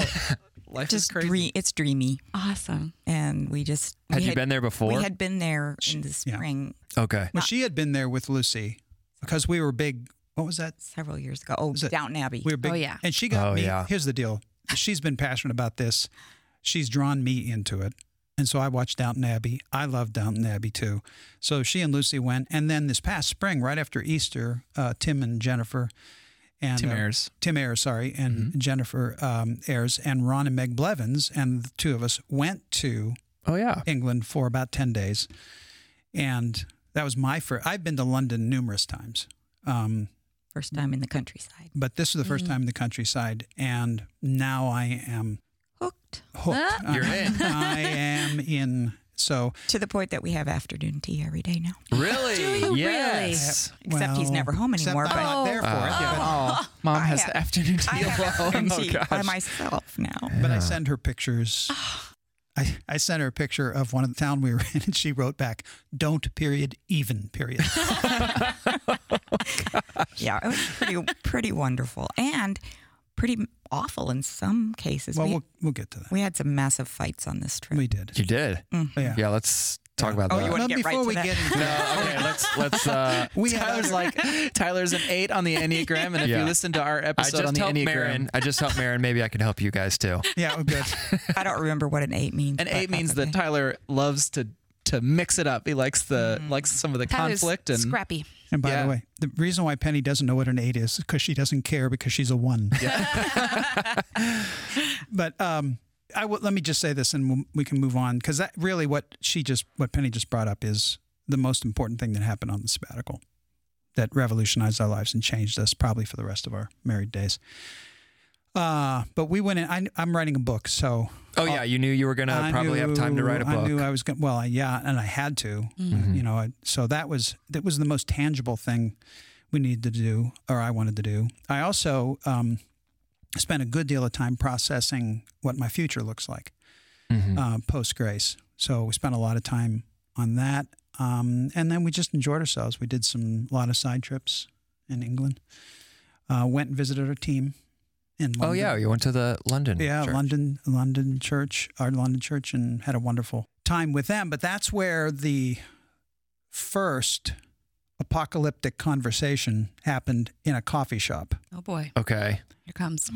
Speaker 4: Life is
Speaker 3: just
Speaker 4: crazy.
Speaker 3: dream, it's dreamy.
Speaker 5: awesome.
Speaker 3: And we just. we
Speaker 1: Had you
Speaker 3: had-
Speaker 1: been there before?
Speaker 3: We had been there in the
Speaker 2: yeah.
Speaker 3: spring
Speaker 1: okay.
Speaker 2: Well, she had been there with Lucy because we were big. What was that?
Speaker 3: several years ago. Oh,
Speaker 2: Is it-
Speaker 3: Downton Abbey.
Speaker 2: We were big.
Speaker 5: Oh, yeah.
Speaker 2: And she got
Speaker 1: Oh,
Speaker 2: me.
Speaker 1: yeah.
Speaker 2: Here's the deal. she's been passionate about this. She's drawn me into it. And so I watched Downton Abbey. I love Downton Abbey too. So she and Lucy went. And then this past spring, right after Easter, uh, Tim and Jennifer and
Speaker 4: Tim
Speaker 2: uh,
Speaker 4: Ayers.
Speaker 2: Tim Ayers, sorry, and Jennifer um, Ayers and Ron and Meg Blevins and the two of us went to
Speaker 4: Oh yeah.
Speaker 2: England for about 10 days. And that was my first. I've been to London numerous times. Um,
Speaker 3: First time in the countryside.
Speaker 2: but this is the 1st
Speaker 3: Mm.
Speaker 2: time in the countryside, and now I am
Speaker 3: Hooked.
Speaker 2: hooked.
Speaker 5: Ah.
Speaker 1: You're in.
Speaker 2: I am in. So
Speaker 3: To the point that we have afternoon tea every day now.
Speaker 1: Really?
Speaker 5: Do you really?
Speaker 1: yes.
Speaker 3: Except he's
Speaker 2: well,
Speaker 3: never home
Speaker 2: except
Speaker 3: anymore,
Speaker 2: I'm
Speaker 3: but-
Speaker 2: not there for it. but-
Speaker 4: Oh, mom
Speaker 3: I
Speaker 4: has
Speaker 3: have-
Speaker 4: the afternoon
Speaker 3: I
Speaker 4: tea
Speaker 3: have
Speaker 4: alone.
Speaker 3: afternoon
Speaker 1: Oh,
Speaker 3: tea by
Speaker 1: gosh.
Speaker 3: myself now.
Speaker 2: But, I send her pictures.
Speaker 3: Ah.
Speaker 2: I, I sent her a picture of one of the town we were in, and she wrote back, "Don't period even period."
Speaker 3: Yeah, it was pretty pretty wonderful and pretty awful in some cases.
Speaker 2: well,
Speaker 3: we,
Speaker 2: we'll we'll get to that.
Speaker 3: we had some massive fights on this trip.
Speaker 2: We did.
Speaker 1: You did.
Speaker 2: Yeah.
Speaker 1: Yeah, let's talk about
Speaker 3: Oh,
Speaker 1: that.
Speaker 3: you
Speaker 2: Well,
Speaker 3: wanna get right
Speaker 2: before
Speaker 3: to
Speaker 2: we
Speaker 3: that?
Speaker 2: get into
Speaker 1: no, okay, let's let's uh
Speaker 2: we had
Speaker 4: Tyler's
Speaker 2: other-
Speaker 4: like Tyler's an eight on the Enneagram, and if
Speaker 1: Yeah.
Speaker 4: you listen to our
Speaker 1: I
Speaker 4: episode on
Speaker 1: just
Speaker 4: the
Speaker 1: helped
Speaker 4: Enneagram,
Speaker 1: Marin. I just helped Marin. Maybe I can help you guys too. Oh,
Speaker 2: yeah, we're good.
Speaker 3: I don't remember what an eight means.
Speaker 4: an
Speaker 3: but
Speaker 4: eight
Speaker 3: that's
Speaker 4: means
Speaker 3: okay.
Speaker 4: that Tyler loves to to mix it up. He likes the likes some of the
Speaker 5: Tyler's
Speaker 4: conflict and
Speaker 5: scrappy.
Speaker 2: And by
Speaker 4: Yeah.
Speaker 2: the way, the reason why Penny doesn't know what an eight is is because she doesn't care because she's a one. but um, I w- let me just say this, and we'll- we can move on because that really what she just what Penny just brought up is the most important thing that happened on the sabbatical that revolutionized our lives and changed us probably for the rest of our married days. Uh, but we went in. I, I'm writing a book, so
Speaker 1: Oh yeah, you knew you were gonna
Speaker 2: I
Speaker 1: probably have time to
Speaker 2: knew-
Speaker 1: write a
Speaker 2: I
Speaker 1: book. Hmm.
Speaker 2: knew I was going. Well, I- yeah, and I had to.
Speaker 5: Mm.
Speaker 1: Mm-hmm.
Speaker 2: You know, I, so that was that was the most tangible thing we needed to do, or I wanted to do. I also um, spent a good deal of time processing what my future looks like
Speaker 1: Mhm.
Speaker 2: uh, post Grace. So we spent a lot of time on that, um, and then we just enjoyed ourselves. We did some a lot of side trips in England. Uh, went and visited our team. In London.
Speaker 1: Oh yeah, you went to the London.
Speaker 2: Yeah,
Speaker 1: church.
Speaker 2: London, London church, our London church, and had a wonderful time with them. But that's where the first apocalyptic conversation happened in a coffee shop.
Speaker 5: Oh boy,
Speaker 1: Okay.
Speaker 5: here comes.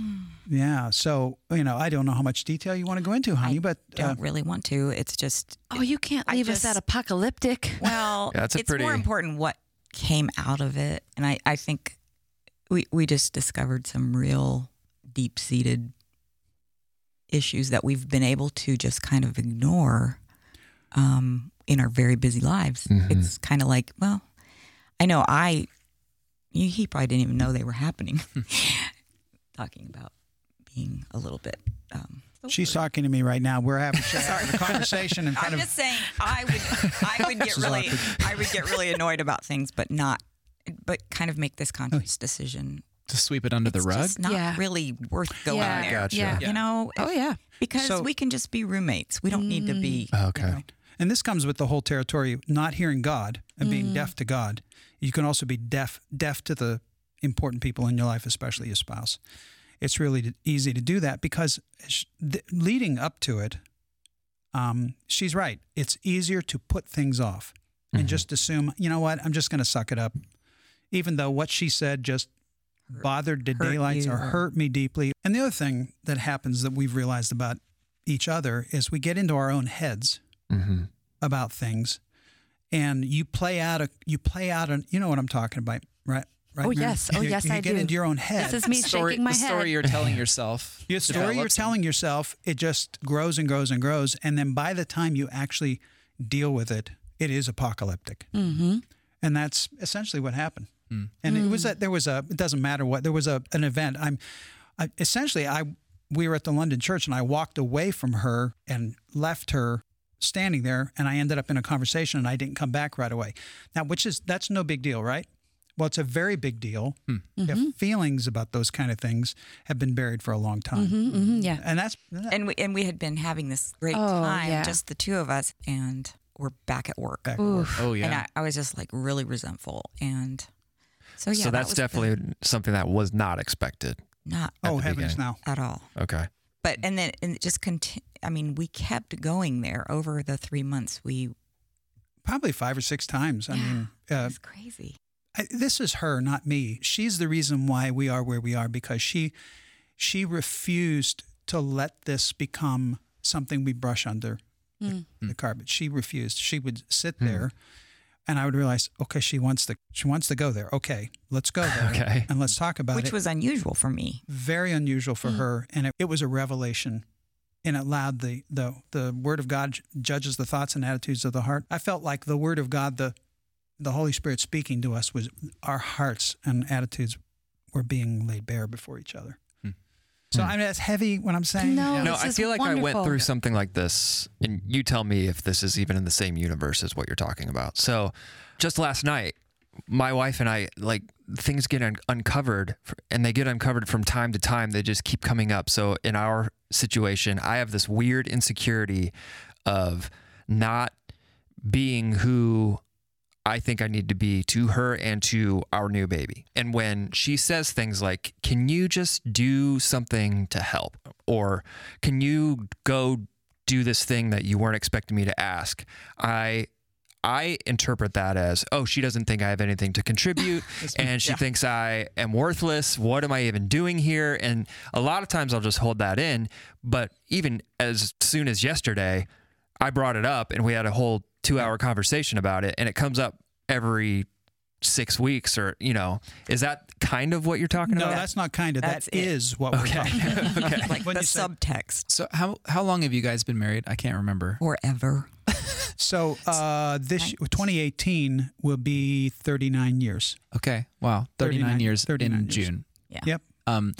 Speaker 2: Yeah. So, you know, I don't know how much detail you want to go into, honey, but uh,
Speaker 3: don't really want to. It's just
Speaker 5: Oh, you can't
Speaker 3: I
Speaker 5: leave
Speaker 3: just-
Speaker 5: us that apocalyptic.
Speaker 3: well,
Speaker 1: Yeah, that's a
Speaker 3: it's
Speaker 1: pretty-
Speaker 3: more important what came out of it, and I I think we we just discovered some real deep seated issues that we've been able to just kind of ignore um, in our very busy lives.
Speaker 1: Mhm.
Speaker 3: It's kind of like, well, I know I you, he probably didn't even know they were happening. Talking about being a little bit. Um,
Speaker 2: she's talking to me right now. We're having she's having a conversation in front
Speaker 3: I'm
Speaker 2: of
Speaker 3: just saying I would I would get
Speaker 2: is
Speaker 3: really
Speaker 2: awkward.
Speaker 3: I would get really annoyed about things, but not but kind of make this conscious decision.
Speaker 4: to sweep it under
Speaker 3: It's
Speaker 4: the rug.
Speaker 3: just not
Speaker 5: Yeah.
Speaker 3: really worth going
Speaker 5: yeah,
Speaker 3: there.
Speaker 1: Gotcha.
Speaker 5: yeah.
Speaker 3: You know,
Speaker 5: Oh yeah.
Speaker 3: because
Speaker 2: So-
Speaker 3: we can just be roommates. We don't need to be.
Speaker 5: Mm.
Speaker 1: Oh, Okay.
Speaker 2: And this comes with the whole territory of not hearing God and
Speaker 3: Mm.
Speaker 2: being deaf to God. You can also be deaf deaf to the important people in your life, especially your spouse. It's really d- easy to do that because sh- th- leading up to it, um, she's right. It's easier to put things off
Speaker 3: Mm-hmm.
Speaker 2: and just assume, you know what, I'm just going to suck it up, even though what she said just bothered the
Speaker 3: hurt
Speaker 2: daylights
Speaker 3: you
Speaker 2: or
Speaker 3: or-
Speaker 2: hurt me deeply. And the other thing that happens that we've realized about each other is we get into our own heads
Speaker 1: hmm
Speaker 2: about things and you play out a you play out an you know what I'm talking about right right
Speaker 5: Oh,
Speaker 2: Mary?
Speaker 5: yes. Oh,
Speaker 2: you,
Speaker 5: yes,
Speaker 2: you
Speaker 5: I
Speaker 2: get
Speaker 5: do.
Speaker 2: into your own head
Speaker 5: This is me
Speaker 4: story,
Speaker 5: shaking my
Speaker 4: the
Speaker 5: head.
Speaker 4: story you're telling yourself.
Speaker 2: your story you're
Speaker 4: develops and-
Speaker 2: telling yourself it just grows and grows and grows and then by the time you actually deal with it it is apocalyptic
Speaker 5: mm-hmm. Hmm.
Speaker 2: and that's essentially what happened and it was that there was a it doesn't matter what there was a an event i'm I, essentially i we were at the london church and i walked away from her and left her standing there and i ended up in a conversation and i didn't come back right away now which is that's no big deal right well it's a very big deal
Speaker 1: Hmm.
Speaker 5: Mm-hmm.
Speaker 2: if feelings about those kind of things have been buried for a long time
Speaker 5: Mm-hmm. Yeah.
Speaker 2: and that's
Speaker 3: And we and we had been having this great
Speaker 5: Oh,
Speaker 3: time,
Speaker 5: yeah.
Speaker 3: just the two of us, and we're back at work.
Speaker 2: Back.
Speaker 5: Oof.
Speaker 4: Oh
Speaker 3: And
Speaker 4: yeah.
Speaker 3: I, I was just like really resentful, and so yeah,
Speaker 1: so
Speaker 3: that
Speaker 1: that's
Speaker 3: was the-
Speaker 1: definitely something that was not expected.
Speaker 3: not
Speaker 2: oh
Speaker 1: the
Speaker 2: heavens
Speaker 1: beginning.
Speaker 2: now
Speaker 3: at all.
Speaker 1: Okay.
Speaker 3: but and then and it just continue. I mean, we kept going there over the three months. We
Speaker 2: probably five or six times i mean uh,
Speaker 3: it's crazy.
Speaker 2: I, this is her, not me. She's the reason why we are where we are because she she refused to let this become something we brush under the, the carpet. She refused. She would sit there, and I would realize, okay, she wants to she wants to go there. Okay, let's go there,
Speaker 1: Okay.
Speaker 2: and let's talk about
Speaker 3: which
Speaker 2: it.
Speaker 3: was unusual for me.
Speaker 2: Very unusual for
Speaker 3: Mm.
Speaker 2: her, and it, it was a revelation. And it allowed the, the the word of God judges the thoughts and attitudes of the heart. I felt like the word of God, the the Holy Spirit speaking to us, was our hearts and attitudes were being laid bare before each other. So I mean, that's heavy when I'm saying.
Speaker 5: No,
Speaker 1: Hmm. no,
Speaker 5: this
Speaker 1: I
Speaker 5: is
Speaker 1: feel like I
Speaker 5: wonderful.
Speaker 1: went through something like this, and you tell me if this is even in the same universe as what you're talking about. So, just last night, my wife and I like things get un- uncovered, f- and they get uncovered from time to time. They just keep coming up. So, in our situation, I have this weird insecurity of not being who I think I need to be to her and to our new baby. And when she says things like, Can you just do something to help? Or can you go do this thing that you weren't expecting me to ask? I I interpret that as, oh, she doesn't think I have anything to contribute and she thinks I am worthless. What am I even doing here? And a lot of times I'll just hold that in. But even as soon as yesterday, I brought it up and we had a whole two hour conversation about it. And it comes up every six weeks or, you know, is that kind of what you're talking
Speaker 2: No,
Speaker 1: about?
Speaker 2: that's not kind of.
Speaker 3: That's
Speaker 2: That
Speaker 3: it.
Speaker 2: is what we're talking about.
Speaker 1: okay. okay.
Speaker 3: Like
Speaker 2: When
Speaker 3: the
Speaker 2: you said-
Speaker 3: subtext
Speaker 4: So how how long have you guys been married? I can't remember.
Speaker 3: forever.
Speaker 2: So uh, this 2018 will be 39 years.
Speaker 4: Okay. Wow. 39,
Speaker 2: 39
Speaker 4: years
Speaker 2: 39
Speaker 4: in
Speaker 2: years.
Speaker 4: June.
Speaker 3: Yeah.
Speaker 2: Yep.
Speaker 4: Um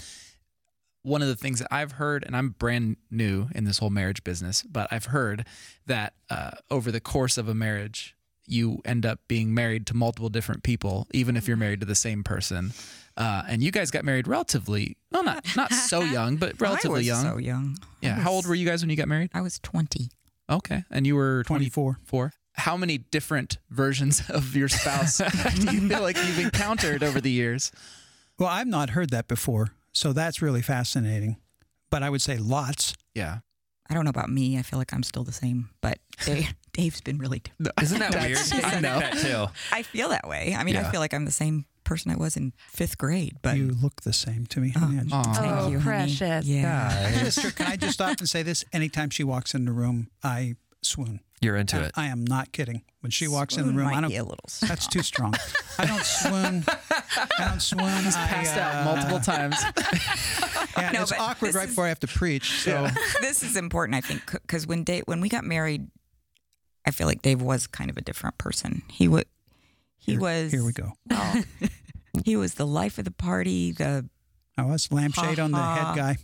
Speaker 4: one of the things that I've heard and I'm brand new in this whole marriage business, but I've heard that uh, over the course of a marriage you end up being married to multiple different people even if you're
Speaker 3: Mm-hmm.
Speaker 4: married to the same person. Uh, and you guys got married relatively well not not so young, but relatively
Speaker 3: I was
Speaker 4: young.
Speaker 3: So young.
Speaker 4: yeah. How old were you guys when you got married?
Speaker 3: I was twenty.
Speaker 4: Okay. And you were
Speaker 2: 24.
Speaker 4: Four. How many different versions of your spouse do you feel like you've encountered over the years?
Speaker 2: Well, I've not heard that before, so that's really fascinating. But I would say lots.
Speaker 4: Yeah.
Speaker 3: I don't know about me. I feel like I'm still the same, but Dave, Dave's been really. different.
Speaker 1: Isn't that weird? I think
Speaker 4: know.
Speaker 1: that too.
Speaker 3: I feel that way. I mean,
Speaker 1: Yeah.
Speaker 3: I feel like I'm the same person I was in fifth grade, but
Speaker 2: you look the same to me.
Speaker 3: Oh.
Speaker 2: Imagine.
Speaker 4: Aw.
Speaker 3: thank
Speaker 5: Oh,
Speaker 3: you, honey.
Speaker 5: precious.
Speaker 3: Yeah.
Speaker 2: Sister, can I just stop and say this? Anytime she walks in the room, I swoon.
Speaker 1: You're into it.
Speaker 2: I am not kidding. When she walks in the room, I
Speaker 3: might
Speaker 2: don't.
Speaker 3: be a little. strong.
Speaker 2: That's too strong. I don't swoon. I don't swoon. He's
Speaker 4: Passed
Speaker 2: I, uh,
Speaker 4: out multiple times.
Speaker 2: Yeah,
Speaker 3: No,
Speaker 2: it's
Speaker 3: but
Speaker 2: awkward
Speaker 3: this
Speaker 2: right
Speaker 3: is-
Speaker 2: before I have to preach. So
Speaker 3: this is important, I think, because when Dave, when we got married, I feel like Dave was kind of a different person. He would, he
Speaker 2: here,
Speaker 3: was,
Speaker 2: Here we go.
Speaker 3: well, he was the life of the party, the
Speaker 2: I was lampshade on the
Speaker 3: Uh-huh.
Speaker 2: head guy.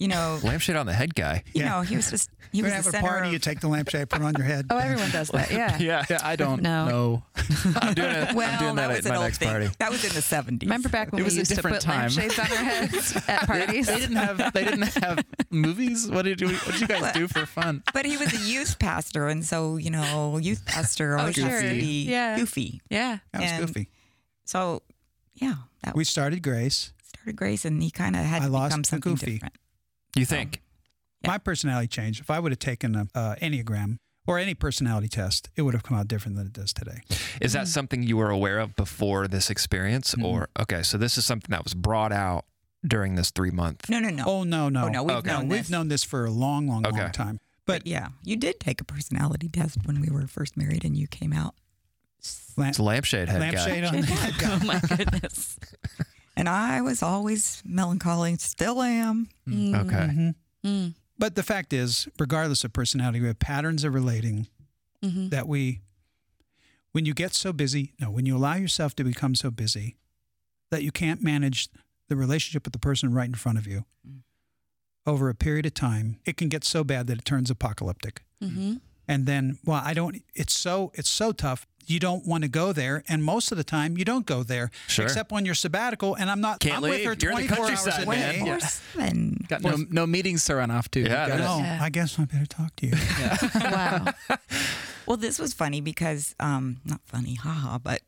Speaker 3: you know,
Speaker 1: Lampshade on the head guy.
Speaker 3: you
Speaker 2: Yeah.
Speaker 3: know, he was just he
Speaker 2: You're
Speaker 3: was
Speaker 2: gonna have
Speaker 3: the
Speaker 2: a
Speaker 3: center
Speaker 2: party.
Speaker 3: of-
Speaker 2: You take the lampshade, put it on your head.
Speaker 5: Oh, everyone does that. Yeah.
Speaker 1: Yeah.
Speaker 4: Yeah, I don't
Speaker 5: No.
Speaker 4: know.
Speaker 1: I'm doing, it,
Speaker 3: well,
Speaker 1: I'm doing that,
Speaker 3: was
Speaker 1: at
Speaker 3: an
Speaker 1: my
Speaker 3: old
Speaker 1: next
Speaker 3: thing.
Speaker 1: party.
Speaker 3: That was in the seventies.
Speaker 5: Remember back when
Speaker 4: It was a
Speaker 5: we used to
Speaker 4: different
Speaker 5: put
Speaker 4: time.
Speaker 5: lampshades on our heads at parties?
Speaker 4: They didn't have they didn't have movies. What did you what did you guys do for fun?
Speaker 3: but he was a youth pastor, and so you know, youth pastor
Speaker 2: Oh,
Speaker 3: always has to
Speaker 5: sure.
Speaker 3: be
Speaker 5: Yeah.
Speaker 3: goofy.
Speaker 5: yeah.
Speaker 2: That was
Speaker 3: And-
Speaker 2: goofy.
Speaker 3: So, yeah, that
Speaker 2: We started Grace.
Speaker 3: started Grace, and he kind of had
Speaker 2: I
Speaker 3: to
Speaker 2: lost
Speaker 3: become
Speaker 2: the
Speaker 3: something
Speaker 2: goofy.
Speaker 3: different.
Speaker 1: You think?
Speaker 2: My personality changed. If I would have taken an uh, Enneagram or any personality test, it would have come out different than it does today.
Speaker 1: Is that something you were aware of before this experience? Or, okay, so this is something that was brought out during this three month.
Speaker 3: No, no, no.
Speaker 2: Oh, no, no.
Speaker 3: Oh, no, we've
Speaker 1: Okay.
Speaker 3: known
Speaker 2: we've
Speaker 3: this.
Speaker 2: known this for a long, long, long
Speaker 1: Okay.
Speaker 2: time. But
Speaker 3: Yeah, you did take a personality test when we were first married, and you came out.
Speaker 2: lamp,
Speaker 1: It's a lampshade head
Speaker 2: lampshade
Speaker 1: guy.
Speaker 2: on the head guy.
Speaker 5: Oh my goodness.
Speaker 3: And I was always melancholy, still am.
Speaker 5: Mm-hmm.
Speaker 1: Okay.
Speaker 5: Mm.
Speaker 2: Mm-hmm. But the fact is, regardless of personality, we have patterns of relating
Speaker 3: Mm-hmm.
Speaker 2: that we, when you get so busy, no, when you allow yourself to become so busy that you can't manage the relationship with the person right in front of you
Speaker 3: Mm.
Speaker 2: over a period of time, it can get so bad that it turns apocalyptic.
Speaker 5: Mm-hmm.
Speaker 2: And then, well, I don't, it's so, it's so tough. You don't want to go there. And most of the time, you don't go there,
Speaker 1: Sure.
Speaker 2: except when you're sabbatical. And I'm not,
Speaker 1: Can't
Speaker 2: I'm
Speaker 1: leave.
Speaker 2: with her
Speaker 1: You're in the
Speaker 2: 24 hours a
Speaker 1: countryside, man.
Speaker 2: day.
Speaker 1: Yeah.
Speaker 3: Or seven.
Speaker 4: Got no no meetings to run off to.
Speaker 1: Yeah,
Speaker 4: Got
Speaker 1: that's-
Speaker 4: it.
Speaker 2: No,
Speaker 5: Yeah.
Speaker 2: I guess I better talk to you.
Speaker 5: Wow.
Speaker 3: Well, this was funny because, um, not funny, haha, but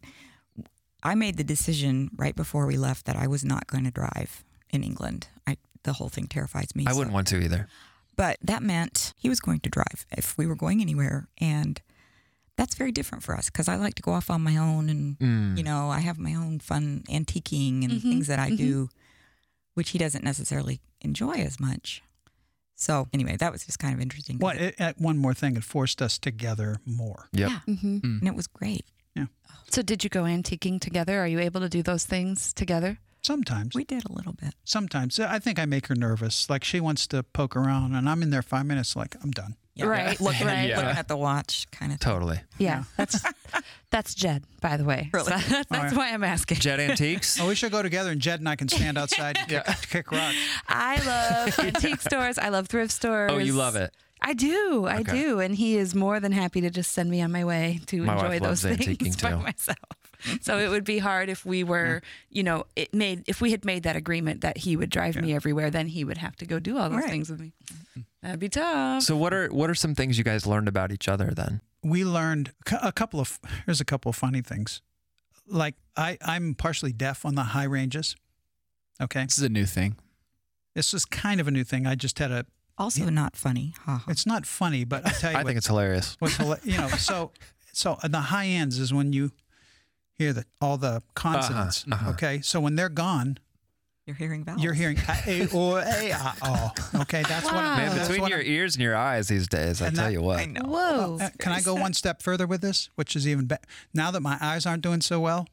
Speaker 3: I made the decision right before we left that I was not going to drive in England. I, the whole thing terrifies me.
Speaker 1: I
Speaker 3: so-
Speaker 1: wouldn't want to either.
Speaker 3: But that meant he was going to drive if we were going anywhere. And that's very different for us because I like to go off on my own and,
Speaker 2: Mm.
Speaker 3: you know, I have my own fun
Speaker 5: Mm-hmm.
Speaker 3: antiquing and things that I do, which he doesn't necessarily enjoy as much. So anyway, that was just kind of interesting. 'cause
Speaker 2: What? It, uh, one more thing. It forced us together more.
Speaker 1: Yep.
Speaker 3: Yeah.
Speaker 5: Mm-hmm.
Speaker 3: And it was great.
Speaker 5: So, did you go antiquing together? Are you able to do those things together?
Speaker 2: Sometimes.
Speaker 3: We did a little bit.
Speaker 2: Sometimes. I think I make her nervous. Like she wants to poke around, and I'm in there five minutes. Like I'm done.
Speaker 3: Yeah.
Speaker 5: Right. Look, right.
Speaker 1: Yeah.
Speaker 5: Look-
Speaker 3: Looking at the watch kind of thing.
Speaker 1: Totally.
Speaker 5: yeah. That's that's Jed, by the way.
Speaker 3: Really?
Speaker 5: So that's
Speaker 2: right.
Speaker 5: why I'm asking.
Speaker 1: Jet Antiques.
Speaker 2: Oh, we should go together, and Jed and I can stand outside and kick, kick rocks.
Speaker 5: I love antique stores. I love thrift stores.
Speaker 1: Oh, you love it.
Speaker 5: I do. I
Speaker 1: Okay.
Speaker 5: do. And he is more than happy to just send me on my way to
Speaker 1: My
Speaker 5: enjoy
Speaker 1: wife
Speaker 5: those
Speaker 1: loves
Speaker 5: things
Speaker 1: antiquing,
Speaker 5: by
Speaker 1: too.
Speaker 5: myself. So it would be hard if we were, you know, it made if we had made that agreement that he would drive me everywhere, then he would have to go do all those
Speaker 3: Right.
Speaker 5: things with me. That'd be tough.
Speaker 1: So what are what are some things you guys learned about each other then?
Speaker 2: we learned cou- a couple of here's a couple of funny things like i i'm partially deaf on the high ranges okay
Speaker 4: This is a new thing.
Speaker 2: this is kind of a new thing i just had a
Speaker 3: Also not funny. Ha ha.
Speaker 2: it's not funny but i'll tell you
Speaker 1: I
Speaker 2: what,
Speaker 1: think it's hilarious.
Speaker 2: what's hila- you know so so on the high ends is when you hear the all the consonants
Speaker 1: uh-huh.
Speaker 2: okay so when they're gone
Speaker 3: You're hearing vowels.
Speaker 2: you're hearing a, a or a, a oh okay that's what
Speaker 5: Wow.
Speaker 2: I'm,
Speaker 5: Man,
Speaker 1: Man,
Speaker 2: that's
Speaker 1: between
Speaker 2: what
Speaker 1: your
Speaker 2: I'm-
Speaker 1: ears and your eyes these days, I
Speaker 2: And
Speaker 1: tell
Speaker 2: that-
Speaker 1: you what.
Speaker 3: I know.
Speaker 5: Whoa.
Speaker 2: Uh, can I go one step further with this, which is even better? Now that my eyes aren't doing so well,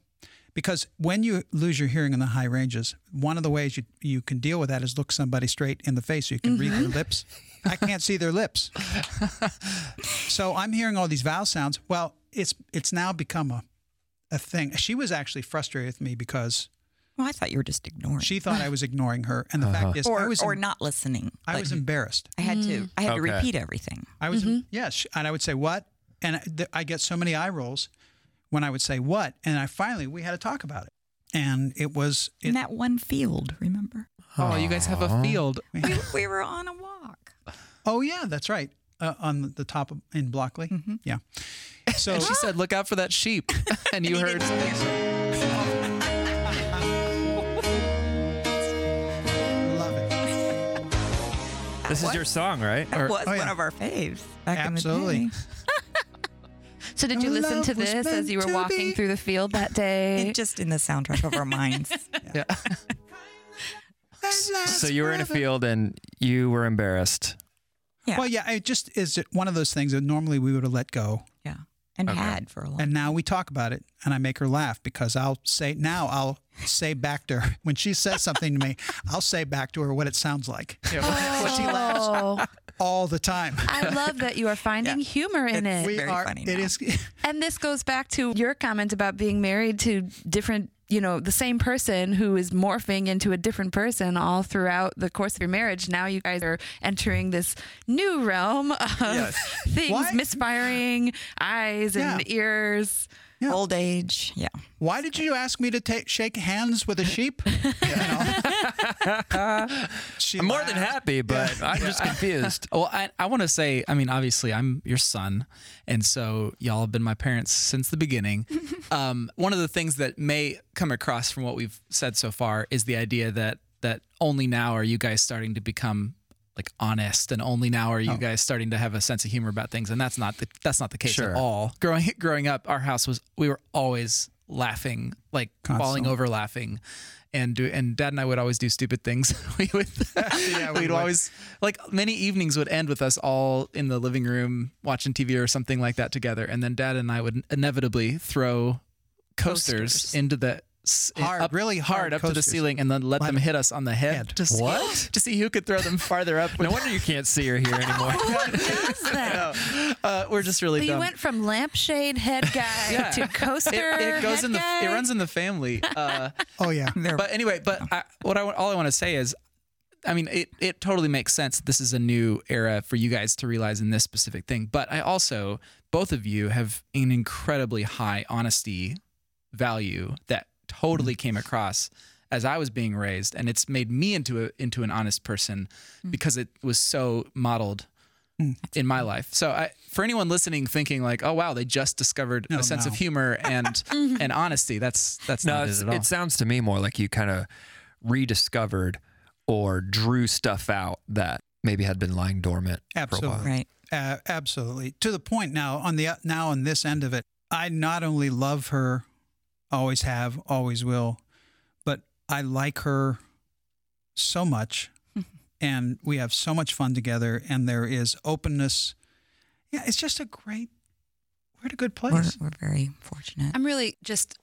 Speaker 2: because when you lose your hearing in the high ranges, one of the ways you, you can deal with that is look somebody straight in the face so you can read their
Speaker 3: Mm-hmm.
Speaker 2: lips. I can't see their lips. so I'm hearing all these vowel sounds. Well, it's it's now become a a thing. She was actually frustrated with me because
Speaker 3: Well, Oh, I thought you were just ignoring.
Speaker 2: she thought I was ignoring her. And the fact is I
Speaker 3: or,
Speaker 2: was
Speaker 3: or
Speaker 2: em-
Speaker 3: not listening.
Speaker 2: I was embarrassed.
Speaker 3: I had
Speaker 5: Mm.
Speaker 3: to. I had to
Speaker 1: Okay.
Speaker 3: repeat everything.
Speaker 2: I was
Speaker 3: Mm-hmm.
Speaker 2: yeah, sh and I would say what, and I, th- I get so many eye rolls when I would say what, and I finally we had to talk about it, and it was
Speaker 3: in
Speaker 2: it,
Speaker 3: that one field, remember?
Speaker 4: Oh, you guys have a field.
Speaker 3: we, we were on a walk.
Speaker 2: oh yeah, that's right, uh, on the top of, in Blockley,
Speaker 3: Mm-hmm.
Speaker 2: yeah. So
Speaker 4: And she said, "Look out for that sheep," and you heard.
Speaker 2: love it.
Speaker 1: This is your song, right?
Speaker 4: Or-
Speaker 3: was
Speaker 2: oh, yeah.
Speaker 3: one of our faves back
Speaker 2: Absolutely.
Speaker 3: in the
Speaker 5: So did you
Speaker 2: Our
Speaker 5: listen
Speaker 2: love
Speaker 5: to
Speaker 2: was
Speaker 5: this as
Speaker 2: meant
Speaker 5: you were
Speaker 2: to
Speaker 5: walking
Speaker 2: be.
Speaker 5: through the field that day?
Speaker 3: day. It just in the soundtrack of our minds.
Speaker 4: Yeah.
Speaker 1: So you were in a field and you were embarrassed.
Speaker 3: Yeah.
Speaker 2: Well, yeah, it just is one of those things that normally we would have let go,
Speaker 3: yeah. And
Speaker 1: Okay.
Speaker 3: had for a long
Speaker 2: and now we talk about it, and I make her laugh because I'll say now I'll say back to her when she says something to me, I'll say back to her what it sounds like.
Speaker 5: oh,
Speaker 2: all the time.
Speaker 5: I love that you are finding humor in it.
Speaker 2: we
Speaker 3: very
Speaker 2: are.
Speaker 3: funny
Speaker 2: It
Speaker 3: now.
Speaker 2: is.
Speaker 5: And this goes back to your comment about being married to different, you know, the same person who is morphing into a different person all throughout the course of your marriage. Now you guys are entering this new realm of things
Speaker 2: Why-
Speaker 5: misfiring eyes and
Speaker 2: Yeah.
Speaker 5: ears.
Speaker 2: Yeah.
Speaker 3: Old age. Yeah.
Speaker 2: Why did you ask me to ta- shake hands with a sheep? You know? She
Speaker 1: I'm more than
Speaker 2: laughed.
Speaker 1: happy, but I'm just confused.
Speaker 4: Well, I, I want to say, I mean, obviously, I'm your son, and so y'all have been my parents since the beginning. um, one of the things that may come across from what we've said so far is the idea that that only now are you guys starting to become like honest, and only now are you guys starting to have a sense of humor about things, and that's not the that's not the case
Speaker 1: Sure.
Speaker 4: at all. Growing growing up, our house was we were always laughing, like falling over laughing. And, do, and dad and I would always do stupid things. we would,
Speaker 2: Yeah, we
Speaker 4: we'd
Speaker 2: would.
Speaker 4: always was- like many evenings would end with us all in the living room watching TV or something like that together, and then Dad and I would inevitably throw coasters,
Speaker 3: Coasters.
Speaker 4: into the s-
Speaker 2: Hard,
Speaker 4: up-
Speaker 2: really hard
Speaker 4: up to the
Speaker 2: coasters.
Speaker 4: ceiling, and then let them hit us on the head,
Speaker 2: Head.
Speaker 4: To see,
Speaker 1: What?
Speaker 4: to see who could throw them farther up.
Speaker 1: No wonder you can't see or hear anymore.
Speaker 5: Does that?
Speaker 4: uh, we're just really
Speaker 5: So you
Speaker 4: dumb.
Speaker 5: went from lampshade head guy
Speaker 4: Yeah.
Speaker 5: to coaster.
Speaker 4: it, it goes
Speaker 5: head
Speaker 4: in the
Speaker 5: guy.
Speaker 4: it runs in the family. Uh,
Speaker 2: Oh yeah.
Speaker 3: They're-
Speaker 4: but anyway, but I, what I want- all I want to say is, I mean, it it totally makes sense. This is a new era for you guys to realize in this specific thing. But I also, both of you have an incredibly high honesty value that totally
Speaker 1: Mm-hmm.
Speaker 4: came across as I was being raised, and it's made me into a into an honest person
Speaker 1: Mm.
Speaker 4: because it was so modeled. In my life, so I, for anyone listening, thinking like, "Oh wow, they just discovered a sense of
Speaker 2: no.
Speaker 4: humor and and honesty." That's that's
Speaker 1: Oh, No,
Speaker 4: not
Speaker 1: it's,
Speaker 4: it at all.
Speaker 1: it sounds to me more like you kind of rediscovered or drew stuff out that maybe had been lying dormant. For a while.
Speaker 2: Absolutely.
Speaker 3: Right.
Speaker 2: Uh, absolutely. To the point now on the now on this end of it, I not only love her, always have, always will, but I like her so much and we have so much fun together and there is openness yeah it's just a great we're at a good
Speaker 3: We're,
Speaker 2: place
Speaker 3: we're very fortunate.
Speaker 5: I'm really just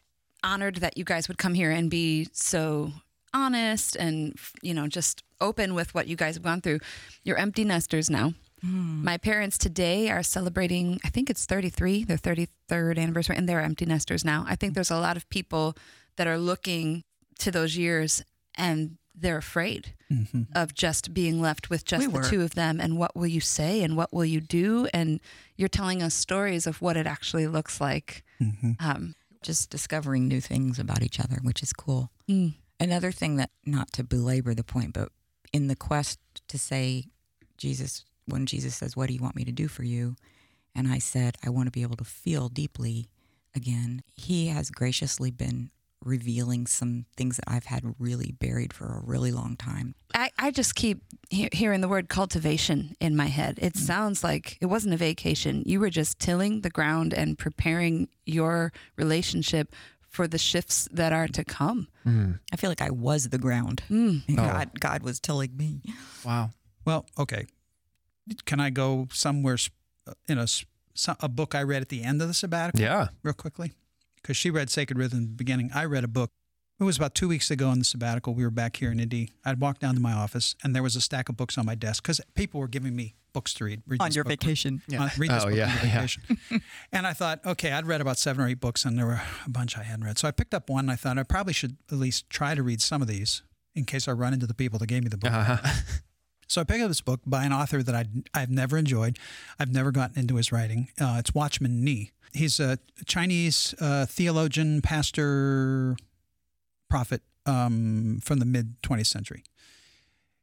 Speaker 5: honored that you guys would come here and be so honest and you know just open with what you guys have gone through. You're empty nesters now.
Speaker 3: Hmm.
Speaker 5: My parents today are celebrating I think it's 33, their 33rd anniversary and they're empty nesters now. I think there's a lot of people that are looking to those years and they're afraid of just being left with just
Speaker 3: Mm-hmm. We
Speaker 5: the
Speaker 3: were.
Speaker 5: two of them and what will you say and what will you do and you're telling us stories of what it actually looks like
Speaker 3: Mm-hmm.
Speaker 5: um,
Speaker 3: Just discovering new things about each other, which is cool. Another thing that, not to belabor the point, but in the quest to say, Jesus, when Jesus says, What do you want me to do for you? And I said, I want to be able to feel deeply again. He has graciously been revealing some things that I've had really buried for a really long time.
Speaker 5: I, I just keep he- hearing the word cultivation in my head. It sounds like it wasn't a vacation. You were just tilling the ground and preparing your relationship for the shifts that are to come.
Speaker 1: Mm.
Speaker 5: Mm.
Speaker 3: I feel like I was the ground. And God, God was tilling me.
Speaker 4: Wow.
Speaker 2: well okay can i go somewhere s- in a, s- so- a book i read at the end of the sabbatical
Speaker 1: Yeah.
Speaker 2: real quickly because she read Sacred Rhythm in the beginning. I read a book. It was about two weeks ago on the sabbatical. We were back here in Indy. I'd walked down to my office and there was a stack of books on my desk because people were giving me books to read. read
Speaker 3: On
Speaker 2: this
Speaker 3: your
Speaker 2: book.
Speaker 3: vacation.
Speaker 4: Yeah.
Speaker 2: Uh, read this
Speaker 1: Oh,
Speaker 2: book
Speaker 1: yeah,
Speaker 2: on your
Speaker 1: yeah.
Speaker 2: vacation. and I thought, okay, I'd read about seven or eight books and there were a bunch I hadn't read. So I picked up one and I thought I probably should at least try to read some of these in case I run into the people that gave me the book.
Speaker 1: Uh-huh.
Speaker 2: So I picked up this book by an author that I'd, I've never enjoyed. I've never gotten into his writing. Uh, it's Watchman Nee. He's a Chinese uh, theologian, pastor, prophet um, from the mid 20th century.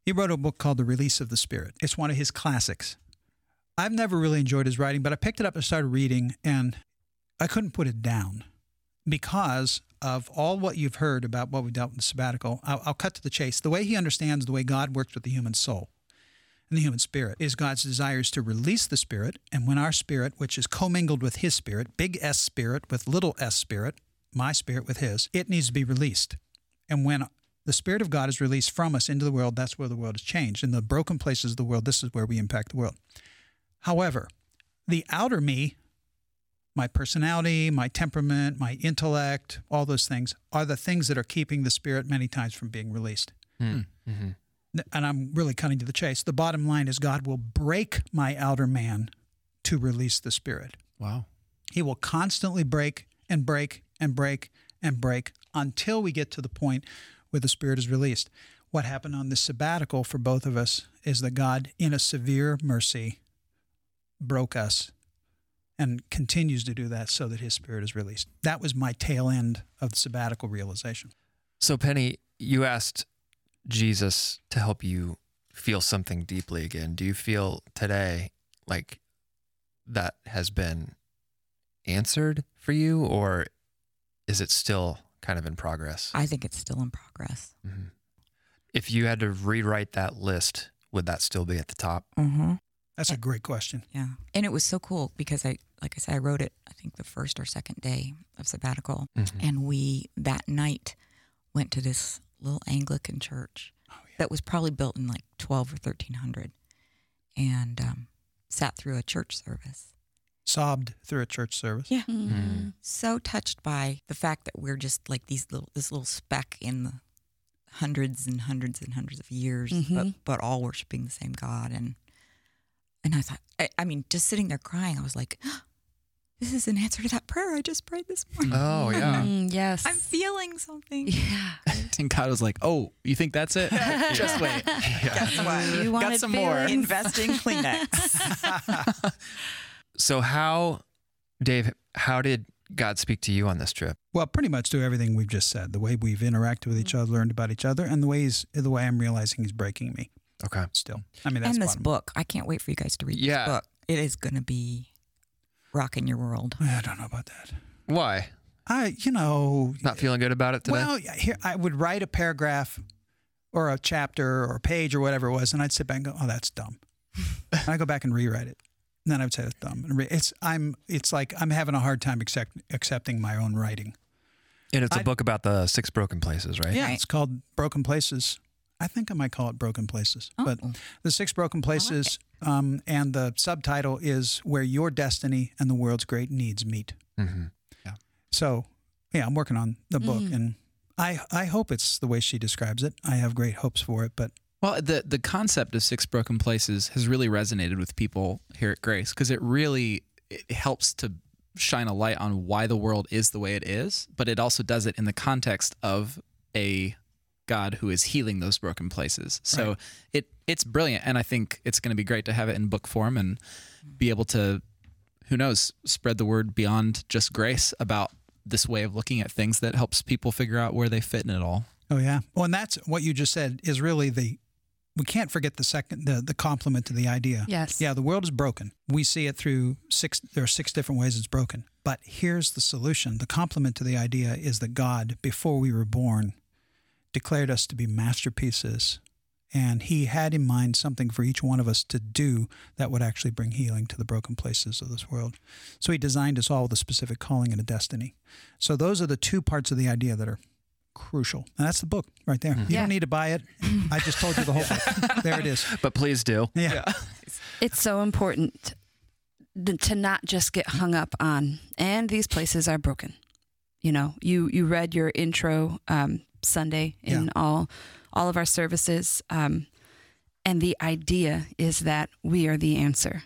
Speaker 2: He wrote a book called The Release of the Spirit. It's one of his classics. I've never really enjoyed his writing, but I picked it up and started reading, and I couldn't put it down because of all what you've heard about what we've dealt with in sabbatical, I'll, I'll cut to the chase. The way he understands the way God works with the human soul and the human spirit is God's desire is to release the spirit. And when our spirit, which is commingled with his spirit, big S spirit with little s spirit, my spirit with his, it needs to be released. And when the spirit of God is released from us into the world, that's where the world is changed. In the broken places of the world, this is where we impact the world. However, the outer me, my personality, my temperament, my intellect, all those things are the things that are keeping the spirit many times from being released.
Speaker 1: Mm-hmm.
Speaker 2: And I'm really cutting to the chase. The bottom line is God will break my outer man to release the spirit.
Speaker 4: Wow.
Speaker 2: He will constantly break and break and break and break until we get to the point where the spirit is released. What happened on this sabbatical for both of us is that God, in a severe mercy, broke us and continues to do that so that his spirit is released. That was my tail end of the sabbatical realization.
Speaker 1: So Penny, you asked Jesus to help you feel something deeply again. Do you feel today like that has been answered for you or is it still kind of in progress?
Speaker 3: I think it's still in progress.
Speaker 1: If you had to rewrite that list, would that still be at the top?
Speaker 3: Mm-hmm.
Speaker 2: That's a great question.
Speaker 3: Yeah. And it was so cool because I, like I said, I wrote it, I think the first or second day of sabbatical.
Speaker 1: Mm-hmm.
Speaker 3: And we, that night, went to this little Anglican church that was probably built in like 12 or 1300 and um, sat through a church service.
Speaker 2: Sobbed through a church service.
Speaker 3: Yeah.
Speaker 5: Mm.
Speaker 3: So touched by the fact that we're just like these little, this little speck in the hundreds and hundreds and hundreds of years,
Speaker 2: Mm-hmm.
Speaker 3: but, but all worshiping the same God. And, and I thought, I, I mean, just sitting there crying, I was like, this is an answer to that prayer I just prayed this morning.
Speaker 1: Oh, yeah.
Speaker 5: Mm, yes.
Speaker 3: I'm feeling something.
Speaker 5: yeah.
Speaker 4: And God was like, "Oh, you think that's it? Just wait."
Speaker 3: Guess what?
Speaker 5: You
Speaker 4: Got
Speaker 5: wanted
Speaker 4: some more.
Speaker 5: feelings.
Speaker 3: Investing Kleenex.
Speaker 1: So how Dave, how did God speak to you on this trip?
Speaker 2: Well, pretty much do everything we've just said. The way we've interacted with
Speaker 1: Mm-hmm.
Speaker 2: each other, learned about each other, and the ways the way I'm realizing he's breaking me
Speaker 1: Okay.
Speaker 2: still. I mean, that's
Speaker 3: and this
Speaker 2: bottom-
Speaker 3: book. I can't wait for you guys to read
Speaker 1: Yeah.
Speaker 3: this book. It is going to be rocking your world.
Speaker 2: I don't know about that.
Speaker 1: Why?
Speaker 2: I, you know,
Speaker 1: Not feeling good about it today?
Speaker 2: Well, yeah, here I would write a paragraph or a chapter or a page or whatever it was, and I'd sit back and go, "Oh, that's dumb." and I go back and rewrite it. And then I would say that's dumb. And re- it's I'm it's like I'm having a hard time accept, accepting my own writing.
Speaker 1: and it's a
Speaker 2: I-
Speaker 1: book about the six broken places, right?
Speaker 2: Yeah,
Speaker 3: Right.
Speaker 2: it's called Broken Places. I think I might call it Broken Places.
Speaker 1: Oh,
Speaker 2: But
Speaker 3: Oh.
Speaker 2: the six broken places, um, and the subtitle is Where Your Destiny and the World's Great Needs Meet.
Speaker 1: hmm
Speaker 2: So, yeah, I'm working on the book, and I I hope it's the way she describes it. I have great hopes for it, but
Speaker 4: Well, the the concept of six broken places has really resonated with people here at Grace because it really it helps to shine a light on why the world is the way it is, but it also does it in the context of a God who is healing those broken places. So it it's brilliant, and I think it's going to be great to have it in book form and be able to, who knows, spread the word beyond just Grace about this way of looking at things that helps people figure out where they fit in it all.
Speaker 2: oh yeah. Well, and that's what you just said is really the we can't forget the second the the compliment to the idea.
Speaker 5: Yes.
Speaker 2: Yeah, the world is broken. We see it through six there are six different ways it's broken. But here's the solution. The compliment to the idea is that God, before we were born, declared us to be masterpieces. And he had in mind something for each one of us to do that would actually bring healing to the broken places of this world. So he designed us all with a specific calling and a destiny. So those are the two parts of the idea that are crucial. And that's the book right there. You
Speaker 5: Yeah.
Speaker 2: don't need to buy it. I just told you the whole book. There it is.
Speaker 1: But please do.
Speaker 2: Yeah.
Speaker 5: It's so important th- to not just get hung up on and these places are broken. You know, you you read your intro um, Sunday in
Speaker 2: Yeah.
Speaker 5: all all of our services, um, and the idea is that we are the answer.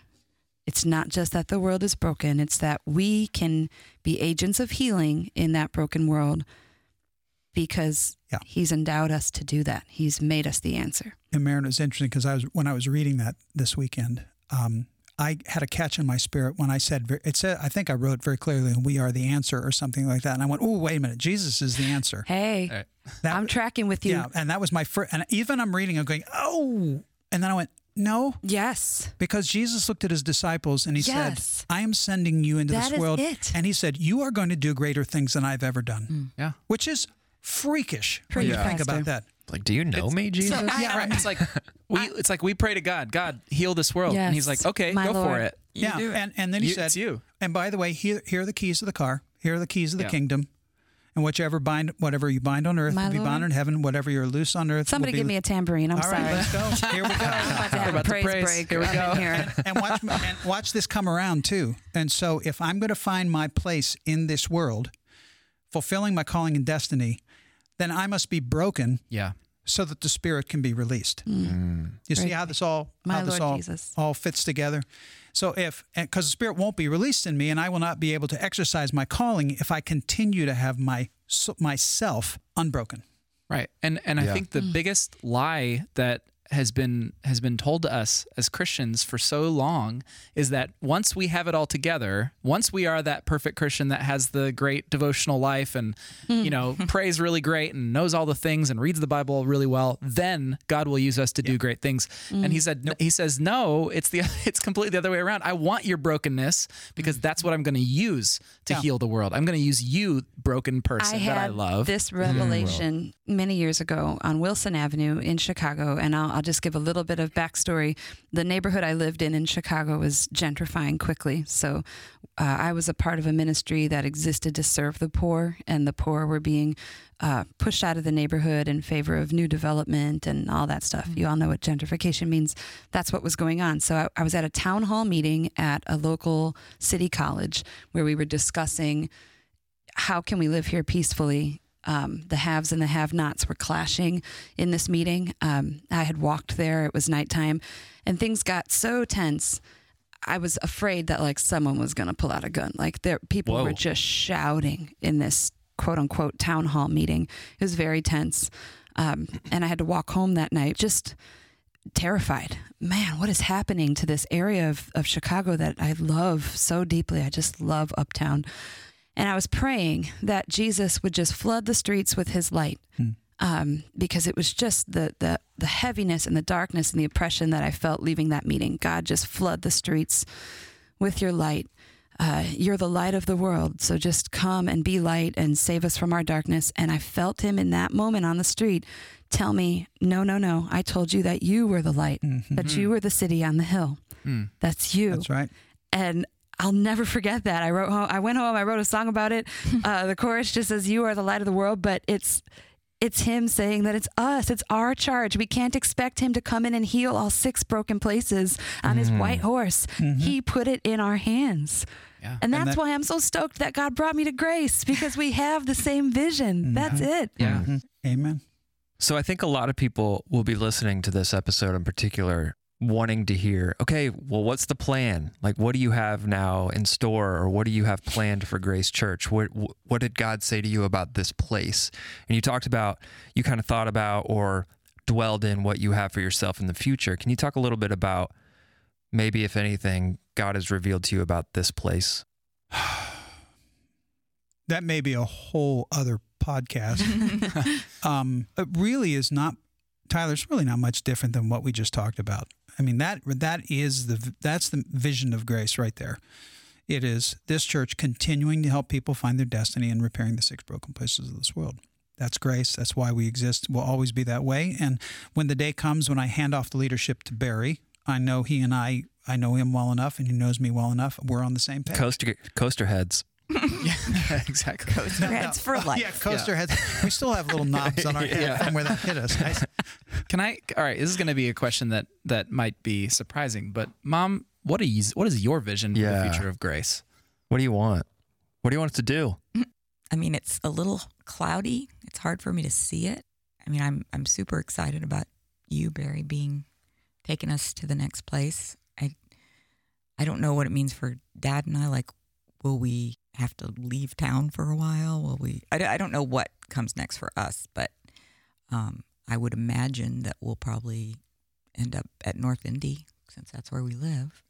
Speaker 5: It's not just that the world is broken; it's that we can be agents of healing in that broken world because
Speaker 2: Yeah.
Speaker 5: He's endowed us to do that. He's made us the answer.
Speaker 2: And Marin, it was interesting because I was when I was reading that this weekend, um, I had a catch in my spirit when I said ver- it said I think I wrote very clearly, "We are the answer" or something like that, and I went, "Oh, wait a minute, Jesus is the answer."
Speaker 5: Hey,
Speaker 4: All right.
Speaker 2: That,
Speaker 5: I'm tracking with you.
Speaker 2: yeah, and that was my first. And even I'm reading, I'm going, "Oh," and then I went, "No,"
Speaker 5: Yes.
Speaker 2: because Jesus looked at his disciples and he
Speaker 5: Yes.
Speaker 2: said, "I am sending you into
Speaker 5: That
Speaker 2: this
Speaker 5: is
Speaker 2: world,"
Speaker 5: it.
Speaker 2: and he said, "You are going to do greater things than I've ever done,"
Speaker 4: Yeah.
Speaker 2: which is freakish
Speaker 5: Pretty
Speaker 2: when you think
Speaker 5: faster.
Speaker 2: about that.
Speaker 1: Like, do you know me, Jesus?
Speaker 4: yeah, right. It's like we it's like we pray to God, God heal this world, and He's
Speaker 5: Yes,
Speaker 4: like, okay,
Speaker 5: my
Speaker 4: go for
Speaker 5: Lord.
Speaker 4: it.
Speaker 2: yeah, and and then he
Speaker 4: You-
Speaker 2: said,
Speaker 4: it's you.
Speaker 2: And by the way, here here are the keys of the car. Here are the keys of the
Speaker 4: Yeah.
Speaker 2: kingdom. And whatever bind, whatever you bind on earth,
Speaker 5: My
Speaker 2: will be
Speaker 5: Lord.
Speaker 2: bound in heaven. Whatever you're loose on earth, will
Speaker 5: Somebody
Speaker 2: be-
Speaker 5: give me a tambourine. I'm
Speaker 2: All right,
Speaker 5: sorry.
Speaker 2: let's go. Here we
Speaker 5: I'm
Speaker 2: go.
Speaker 5: about to have
Speaker 4: about
Speaker 5: a
Speaker 4: to
Speaker 5: praise,
Speaker 4: praise.
Speaker 5: break.
Speaker 4: Here we
Speaker 5: up
Speaker 4: go.
Speaker 5: in Here.
Speaker 2: and watch and watch this come around too. And so, if I'm going to find my place in this world, fulfilling my calling and destiny, then I must be broken
Speaker 4: Yeah.
Speaker 2: so that the spirit can be released. You see
Speaker 5: Mm. Right.
Speaker 2: how this all
Speaker 5: My
Speaker 2: how this
Speaker 5: Lord
Speaker 2: all,
Speaker 5: Jesus.
Speaker 2: all fits together. So if because the spirit won't be released in me, and I will not be able to exercise my calling if I continue to have my so- myself unbroken.
Speaker 4: Right. And and I think the
Speaker 5: Mm.
Speaker 4: biggest lie that has been has been told to us as Christians for so long is that once we have it all together, once we are that perfect Christian that has the great devotional life and
Speaker 5: Mm.
Speaker 4: you know prays really great and knows all the things and reads the Bible really well, then God will use us to do great things.
Speaker 5: Mm.
Speaker 4: And he said he says no, it's the it's completely the other way around. I want your brokenness because that's what I'm going to use to heal the world. I'm going to use you broken person
Speaker 5: I
Speaker 4: that
Speaker 5: had
Speaker 4: I love. Mm-hmm.
Speaker 5: this revelation many years ago on Wilson Avenue in Chicago, and I'll, I'll just give a little bit of backstory. The neighborhood I lived in in Chicago was gentrifying quickly, so uh, I was a part of a ministry that existed to serve the poor, and the poor were being uh, pushed out of the neighborhood in favor of new development and all that stuff.
Speaker 4: Mm-hmm.
Speaker 5: You all know what gentrification means. That's what was going on. So I, I was at a town hall meeting at a local city college where we were discussing how can we live here peacefully? Um, the haves and the have nots were clashing in this meeting. Um, I had walked there, it was nighttime, and things got so tense. I was afraid that like someone was going to pull out a gun. Like there, people
Speaker 1: Whoa.
Speaker 5: were just shouting in this quote unquote town hall meeting. It was very tense, um, and I had to walk home that night. Just terrified. Man, what is happening to this area of, of Chicago that I love so deeply? I just love uptown. And I was praying that Jesus would just flood the streets with his light. Um, because it was just the, the the heaviness and the darkness and the oppression that I felt leaving that meeting. God, just flood the streets with your light. Uh, you're the light of the world, so just come and be light and save us from our darkness. And I felt him in that moment on the street tell me, No, no, no, I told you that you were the light, that you were the city on the hill. That's you
Speaker 2: Mm-hmm. That's right.
Speaker 5: and I'll never forget that. I wrote home. I went home. I wrote a song about it. Uh, the chorus just says, "You are the light of the world," but it's it's him saying that it's us, it's our charge. We can't expect him to come in and heal all six broken places on his white horse. He put it in our hands.
Speaker 4: Yeah.
Speaker 5: And that's
Speaker 2: that-
Speaker 5: why I'm so stoked that God brought me to grace because we have the same vision. That's it.
Speaker 4: Yeah.
Speaker 2: Amen.
Speaker 1: Hmm. So I think a lot of people will be listening to this episode in particular wanting to hear, okay, well what's the plan? Like what do you have now in store or what do you have planned for Grace Church? What what did God say to you about this place? And you talked about you kind of thought about or dwelled in what you have for yourself in the future. Can you talk a little bit about maybe if anything God has revealed to you about this place?
Speaker 2: that may be a whole other podcast. um, it really is not, Tyler. It's really not much different than what we just talked about. I mean that that is the that's the vision of grace right there. It is this church continuing to help people find their destiny and repairing the six broken places of this world. That's grace. That's why we exist. We'll always be that way. And when the day comes when I hand off the leadership to Barry, I know he and I. I know him well enough, and he knows me well enough. We're on the same page.
Speaker 1: Coaster coaster heads.
Speaker 4: yeah, exactly.
Speaker 3: Your head's for life.
Speaker 2: Yeah, coaster heads. We still have little knobs on our head
Speaker 4: Yeah.
Speaker 2: from where that hit us. I,
Speaker 4: Can I? All right, this is going to be a question that that might be surprising, but mom, what is what is your vision for
Speaker 1: Yeah.
Speaker 4: the future of grace?
Speaker 1: What do you want? What do you want us to do?
Speaker 3: I mean, it's a little cloudy. It's hard for me to see it. I mean, I'm I'm super excited about you, Barry, being taking us to the next place. I I don't know what it means for Dad and I. Like, will we have to leave town for a while? Will we? I, don't- I don't know what comes next for us, but um, I would imagine that we'll probably end up at North Indy since that's where we live.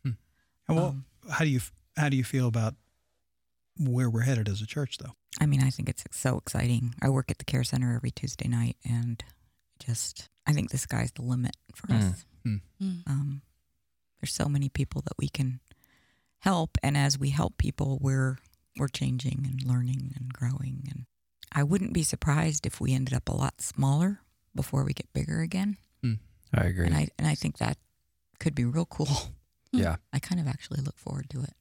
Speaker 2: well,
Speaker 3: Um,
Speaker 2: how do you how do you feel about where we're headed as a church, though?
Speaker 3: I mean, I think it's so exciting. I work at the care center every Tuesday night, and just I think the sky's the limit for
Speaker 1: Mm.
Speaker 3: us. Um, there's so many people that we can help, and as we help people, we're we're changing and learning and growing. And I wouldn't be surprised if we ended up a lot smaller before we get bigger again.
Speaker 1: I agree.
Speaker 3: And I mm. and I think that could be real cool.
Speaker 1: yeah.
Speaker 3: I kind of actually look forward to it.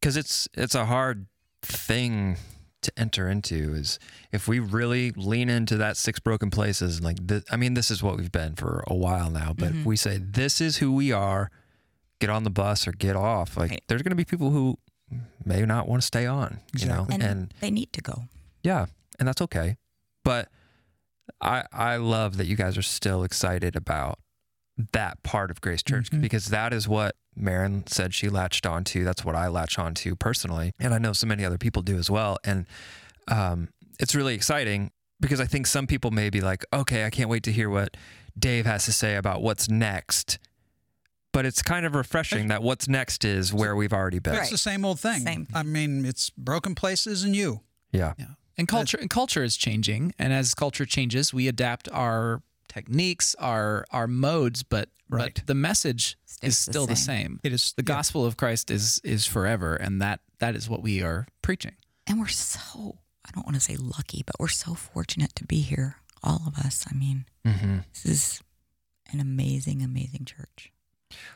Speaker 1: because it's it's a hard thing to enter into is if we really lean into that six broken places and like th- i mean this is what we've been for a while now but
Speaker 3: Mm-hmm.
Speaker 1: if we say this is who we are get on the bus or get off like
Speaker 3: Right.
Speaker 1: there's going to be people who may not want to stay on you
Speaker 2: Exactly.
Speaker 3: And,
Speaker 1: know and
Speaker 3: they need to go.
Speaker 1: yeah and that's okay but i i love that you guys are still excited about that part of grace church
Speaker 2: Mhm.
Speaker 1: because that is what Marin said she latched onto that's what i latch onto personally and i know so many other people do as well and um, it's really exciting because i think some people may be like okay i can't wait to hear what dave has to say about what's next but it's kind of refreshing that what's next is where we've already been
Speaker 2: It's the same old thing.
Speaker 3: Same.
Speaker 2: I mean, it's broken places and you.
Speaker 1: yeah
Speaker 4: Yeah, and culture and culture is changing, and as culture changes, we adapt our techniques, our our modes, but
Speaker 2: Right.
Speaker 4: but the message is
Speaker 3: It's the
Speaker 4: still the
Speaker 3: same.
Speaker 4: same.
Speaker 2: It is
Speaker 4: the gospel of Christ is is forever, and that that is what we are preaching.
Speaker 3: And we're so, I don't want to say lucky, but we're so fortunate to be here, all of us. I mean,
Speaker 1: hmm
Speaker 3: this is an amazing, amazing church.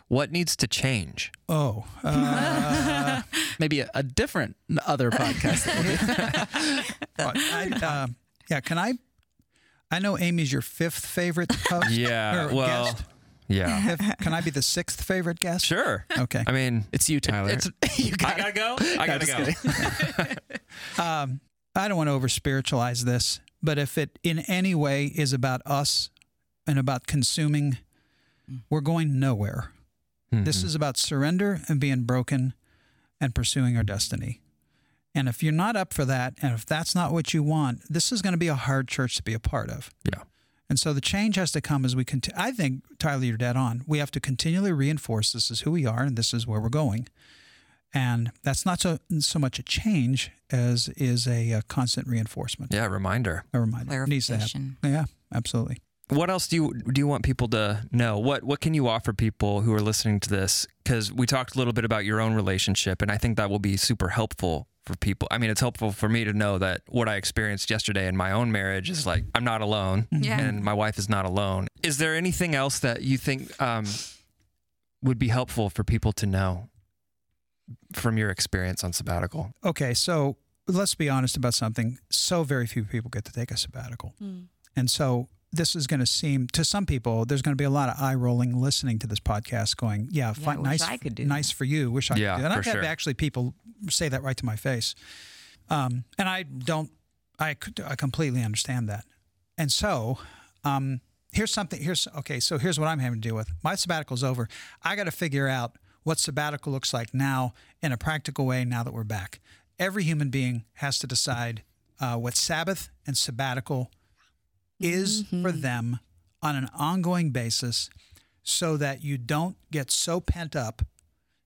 Speaker 1: what needs to change
Speaker 2: Oh, uh,
Speaker 4: Maybe a, a different other podcast. that we'll do.
Speaker 2: I, uh, yeah. Can I? I know Amy's your fifth favorite host.
Speaker 1: yeah
Speaker 2: or
Speaker 1: well
Speaker 2: guest.
Speaker 1: yeah
Speaker 2: If- can I be the sixth favorite guest?
Speaker 1: Sure.
Speaker 2: Okay.
Speaker 1: I mean,
Speaker 4: It's you, Tyler.
Speaker 1: it's
Speaker 4: you got
Speaker 1: I gotta go. I gotta
Speaker 4: just
Speaker 1: go.
Speaker 4: kidding.
Speaker 2: um, I don't want to over spiritualize this, but if it in any way is about us and about consuming, we're going nowhere.
Speaker 1: Hmm,
Speaker 2: This is about surrender and being broken and pursuing our destiny. And if you're not up for that, and if that's not what you want, this is going to be a hard church to be a part of.
Speaker 1: yeah.
Speaker 2: And so the change has to come as we continue. I think, Tyler, you're dead on. We have to continually reinforce this is who we are and this is where we're going. And that's not so, so much a change as is a, uh constant reinforcement,
Speaker 1: Yeah. Reminder.
Speaker 2: a reminder. It needs to happen.
Speaker 3: Clarification.
Speaker 2: Yeah, absolutely.
Speaker 1: What else do you do you want people to know? What what can you offer people who are listening to this? Because we talked a little bit about your own relationship, and I think that will be super helpful for people. I mean, it's helpful for me to know that what I experienced yesterday in my own marriage is like I'm not alone,
Speaker 5: Yeah.
Speaker 1: and my wife is not alone. Is there anything else that you think um, would be helpful for people to know from your experience on sabbatical?
Speaker 3: Hmm.
Speaker 2: Okay, so let's be honest about something. So very few people get to take a sabbatical. And so this is going to seem to some people there's going to be a lot of eye rolling listening to this podcast going yeah,
Speaker 3: Yeah,
Speaker 2: fi-
Speaker 3: I wish
Speaker 2: nice
Speaker 3: I could do
Speaker 2: nice for you wish I
Speaker 1: Yeah,
Speaker 2: could do that. and
Speaker 1: for
Speaker 2: I've had
Speaker 1: sure.
Speaker 2: actually people say that right to my face um, and I don't I could I completely understand that and so um, here's something here's okay so here's what I'm having to deal with my sabbatical's over I got to figure out what sabbatical looks like now in a practical way now that we're back every human being has to decide uh, what Sabbath and sabbatical is
Speaker 5: Mm-hmm.
Speaker 2: for them on an ongoing basis so that you don't get so pent up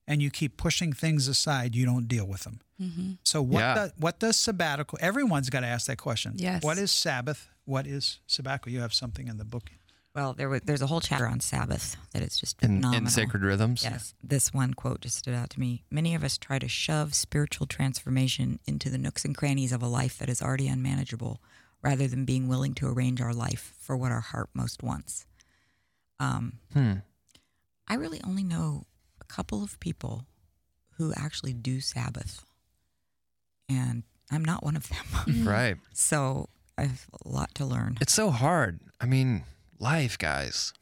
Speaker 2: and you keep pushing things aside you don't deal with them
Speaker 5: Mm-hmm.
Speaker 2: so what
Speaker 1: Yeah.
Speaker 2: does what does sabbatical everyone's got to ask that question
Speaker 5: Yes.
Speaker 2: what is sabbath what is sabbatical you have something in the book
Speaker 3: Well, there was there's a whole chapter on Sabbath that is just
Speaker 1: in,
Speaker 3: phenomenal.
Speaker 1: in sacred rhythms.
Speaker 3: Yes. This one quote just stood out to me. Many of us try to shove spiritual transformation into the nooks and crannies of a life that is already unmanageable rather than being willing to arrange our life for what our heart most wants. Um,
Speaker 1: Hmm.
Speaker 3: I really only know a couple of people who actually do Sabbath, and I'm not one of them.
Speaker 1: Mm-hmm. Right.
Speaker 3: so I have a lot to learn.
Speaker 1: It's so hard. I mean, life, guys.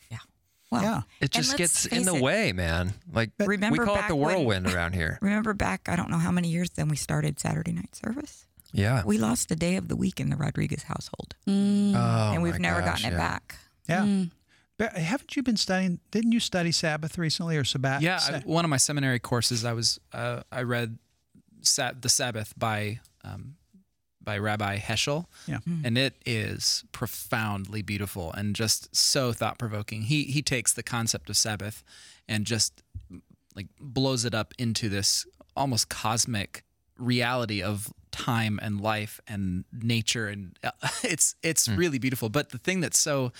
Speaker 3: Well,
Speaker 2: Yeah.
Speaker 1: It
Speaker 3: and
Speaker 1: just
Speaker 3: let's
Speaker 1: gets in
Speaker 3: face
Speaker 1: the
Speaker 3: it,
Speaker 1: way, man. Like
Speaker 3: But
Speaker 1: we
Speaker 3: remember
Speaker 1: call it
Speaker 3: back
Speaker 1: the
Speaker 3: when-
Speaker 1: whirlwind around here.
Speaker 3: Remember back, I don't know how many years then we started Saturday night service.
Speaker 1: Yeah.
Speaker 3: We lost a day of the week in the Rodriguez household,
Speaker 5: Mm.
Speaker 1: Oh,
Speaker 3: and we've
Speaker 1: my
Speaker 3: never
Speaker 1: gosh,
Speaker 3: gotten it
Speaker 1: yeah.
Speaker 3: back.
Speaker 2: yeah
Speaker 5: Mm.
Speaker 2: but haven't you been studying didn't you study sabbath recently or sabbath
Speaker 4: yeah,
Speaker 2: sa-
Speaker 4: I, one of my seminary courses, I was uh, I read Sa- the Sabbath by um, by Rabbi Heschel,
Speaker 2: Yeah.
Speaker 4: and it is profoundly beautiful and just so thought provoking. He he takes the concept of Sabbath and just like blows it up into this almost cosmic reality of time and life and nature and it's it's really beautiful but the thing that's so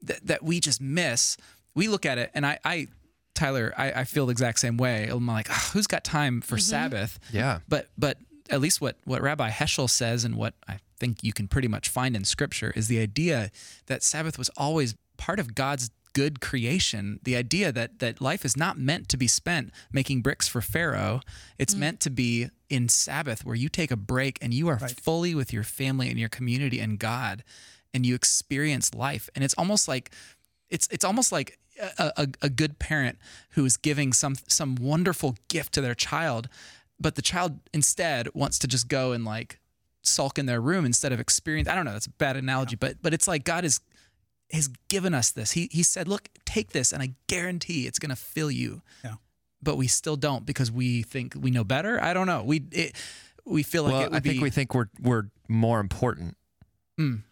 Speaker 4: that, that we just miss we look at it and i i tyler i, I feel the exact same way i'm like "Ah, who's got time for sabbath
Speaker 1: Yeah.
Speaker 4: but but at least what what rabbi heschel says and what i think you can pretty much find in scripture is the idea that sabbath was always part of god's good creation the idea that that life is not meant to be spent making bricks for pharaoh it's meant to be in sabbath where you take a break and you are fully with your family and your community and god and you experience life and it's almost like it's it's almost like a, a, a good parent who is giving some some wonderful gift to their child, but the child instead wants to just go and like sulk in their room instead of experience. I don't know. That's a bad analogy, but but it's like God is has given us this. He he said, look, take this, and I guarantee it's gonna fill you.
Speaker 2: Yeah.
Speaker 4: But we still don't because we think we know better. I don't know. We it, we feel like
Speaker 1: well,
Speaker 4: it would
Speaker 1: I think
Speaker 4: be.
Speaker 1: we think we're we're more important.
Speaker 4: Mm.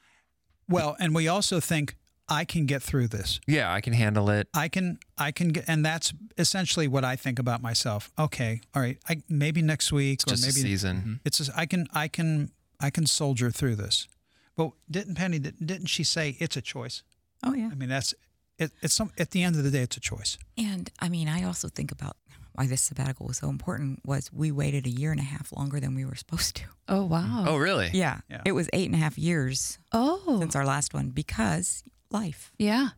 Speaker 2: well and we also think i can get through this
Speaker 1: Yeah, I can handle it.
Speaker 2: I can I can get and that's essentially what I think about myself. Okay, all right. I maybe next week
Speaker 1: It's
Speaker 2: or
Speaker 1: just a
Speaker 2: maybe
Speaker 1: season.
Speaker 2: it's just, I can I can I can soldier through this. But didn't Penny didn't didn't she say it's a choice?
Speaker 3: Oh yeah.
Speaker 2: I mean that's it, it's some at the end of the day it's a choice.
Speaker 3: And I mean, I also think about why this sabbatical was so important was we waited a year and a half longer than we were supposed to.
Speaker 5: Oh wow.
Speaker 4: Mm-hmm.
Speaker 1: Oh, really?
Speaker 3: Yeah.
Speaker 2: Yeah.
Speaker 3: It was eight and a half years
Speaker 5: Oh.
Speaker 3: since our last one because life
Speaker 5: yeah.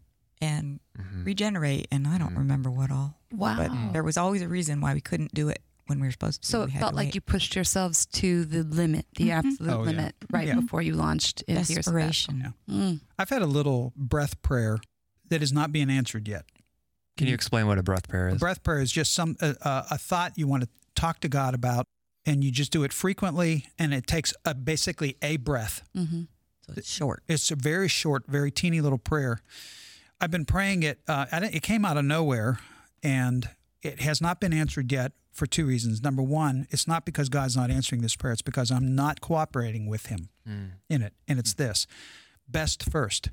Speaker 3: and
Speaker 2: Mm-hmm.
Speaker 3: regenerate and I don't remember what all.
Speaker 2: Mm.
Speaker 5: Wow.
Speaker 3: But there was always a reason why we couldn't do it when we were supposed to.
Speaker 5: so
Speaker 3: We
Speaker 5: it
Speaker 3: had
Speaker 5: felt
Speaker 3: to
Speaker 5: like
Speaker 3: wait.
Speaker 5: you pushed yourselves to the limit, the absolute
Speaker 2: Oh, yeah.
Speaker 5: limit, right
Speaker 2: Yeah.
Speaker 5: before you launched into your
Speaker 3: desperation.
Speaker 2: Yeah.
Speaker 5: Mm.
Speaker 2: I've had a little breath prayer that is not being answered yet.
Speaker 1: Can you explain what a breath prayer
Speaker 2: A
Speaker 1: is?
Speaker 2: breath prayer is just some a, a, a thought you want to talk to God about and you just do it frequently and it takes a, basically a breath
Speaker 5: Mm-hmm.
Speaker 3: So it's short.
Speaker 2: It's a very short, very teeny little prayer. I've been praying it. Uh, I didn't- it came out of nowhere, and it has not been answered yet for two reasons. Number one, it's not because God's not answering this prayer; it's because I'm not cooperating with Him in it. And it's this: best first,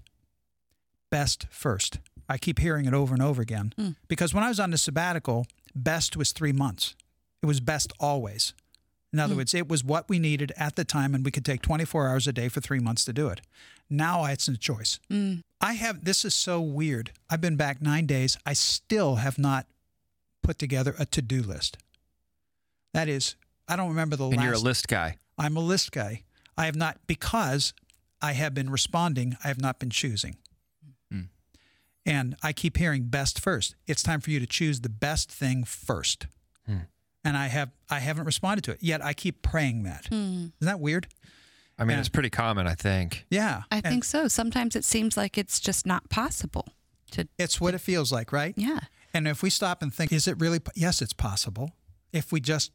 Speaker 2: best first. I keep hearing it over and over again
Speaker 1: Hmm.
Speaker 5: Mm.
Speaker 2: because when I was on the sabbatical, best was three months. It was best always. In
Speaker 1: Hmm.
Speaker 2: other words, it was what we needed at the time, and we could take 24 hours a day for three months to do it. Now it's a choice.
Speaker 1: Hmm.
Speaker 5: Mm.
Speaker 2: I have, this is so weird. I've been back nine days. I still have not put together a to do list. That is, I don't remember the
Speaker 1: and
Speaker 2: last.
Speaker 1: you're a list guy.
Speaker 2: I'm a list guy. I have not, because I have been responding, I have not been choosing.
Speaker 4: Hmm.
Speaker 2: And I keep hearing best first. It's time for you to choose the best thing first.
Speaker 1: Hmm.
Speaker 2: And I have I haven't responded to it yet. I keep praying that.
Speaker 5: Mm.
Speaker 2: Isn't that weird?
Speaker 1: I mean,
Speaker 2: Yeah.
Speaker 1: it's pretty common, I think.
Speaker 2: Yeah.
Speaker 5: I
Speaker 2: And
Speaker 5: think so. Sometimes it seems like it's just not possible to,
Speaker 2: it's what it feels like, right?
Speaker 5: yeah.
Speaker 2: And if we stop and think, is it really? po- Yes, it's possible. If we just,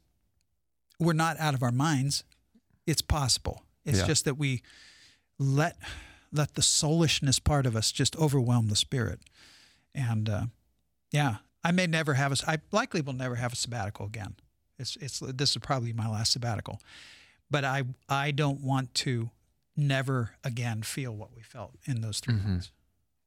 Speaker 2: we're not out of our minds, it's possible. It's
Speaker 1: Yeah.
Speaker 2: just that we let let the soulishness part of us just overwhelm the spirit. And uh, yeah, I may never have a. s- I likely will never have a sabbatical again. It's it's this is probably my last sabbatical, but I I don't want to never again feel what we felt in those 3
Speaker 1: Mhm.
Speaker 2: months,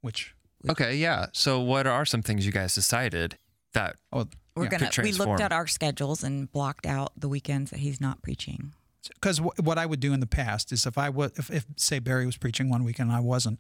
Speaker 2: which
Speaker 1: Okay, yeah. So, what are some things you guys decided that?
Speaker 2: oh
Speaker 3: We're
Speaker 2: yeah.
Speaker 3: gonna.
Speaker 1: Could
Speaker 3: We
Speaker 1: transform.
Speaker 3: looked at our schedules and blocked out the weekends that he's not preaching.
Speaker 2: because what I would do in the past is if I was, if, if say Barry was preaching one weekend and I wasn't,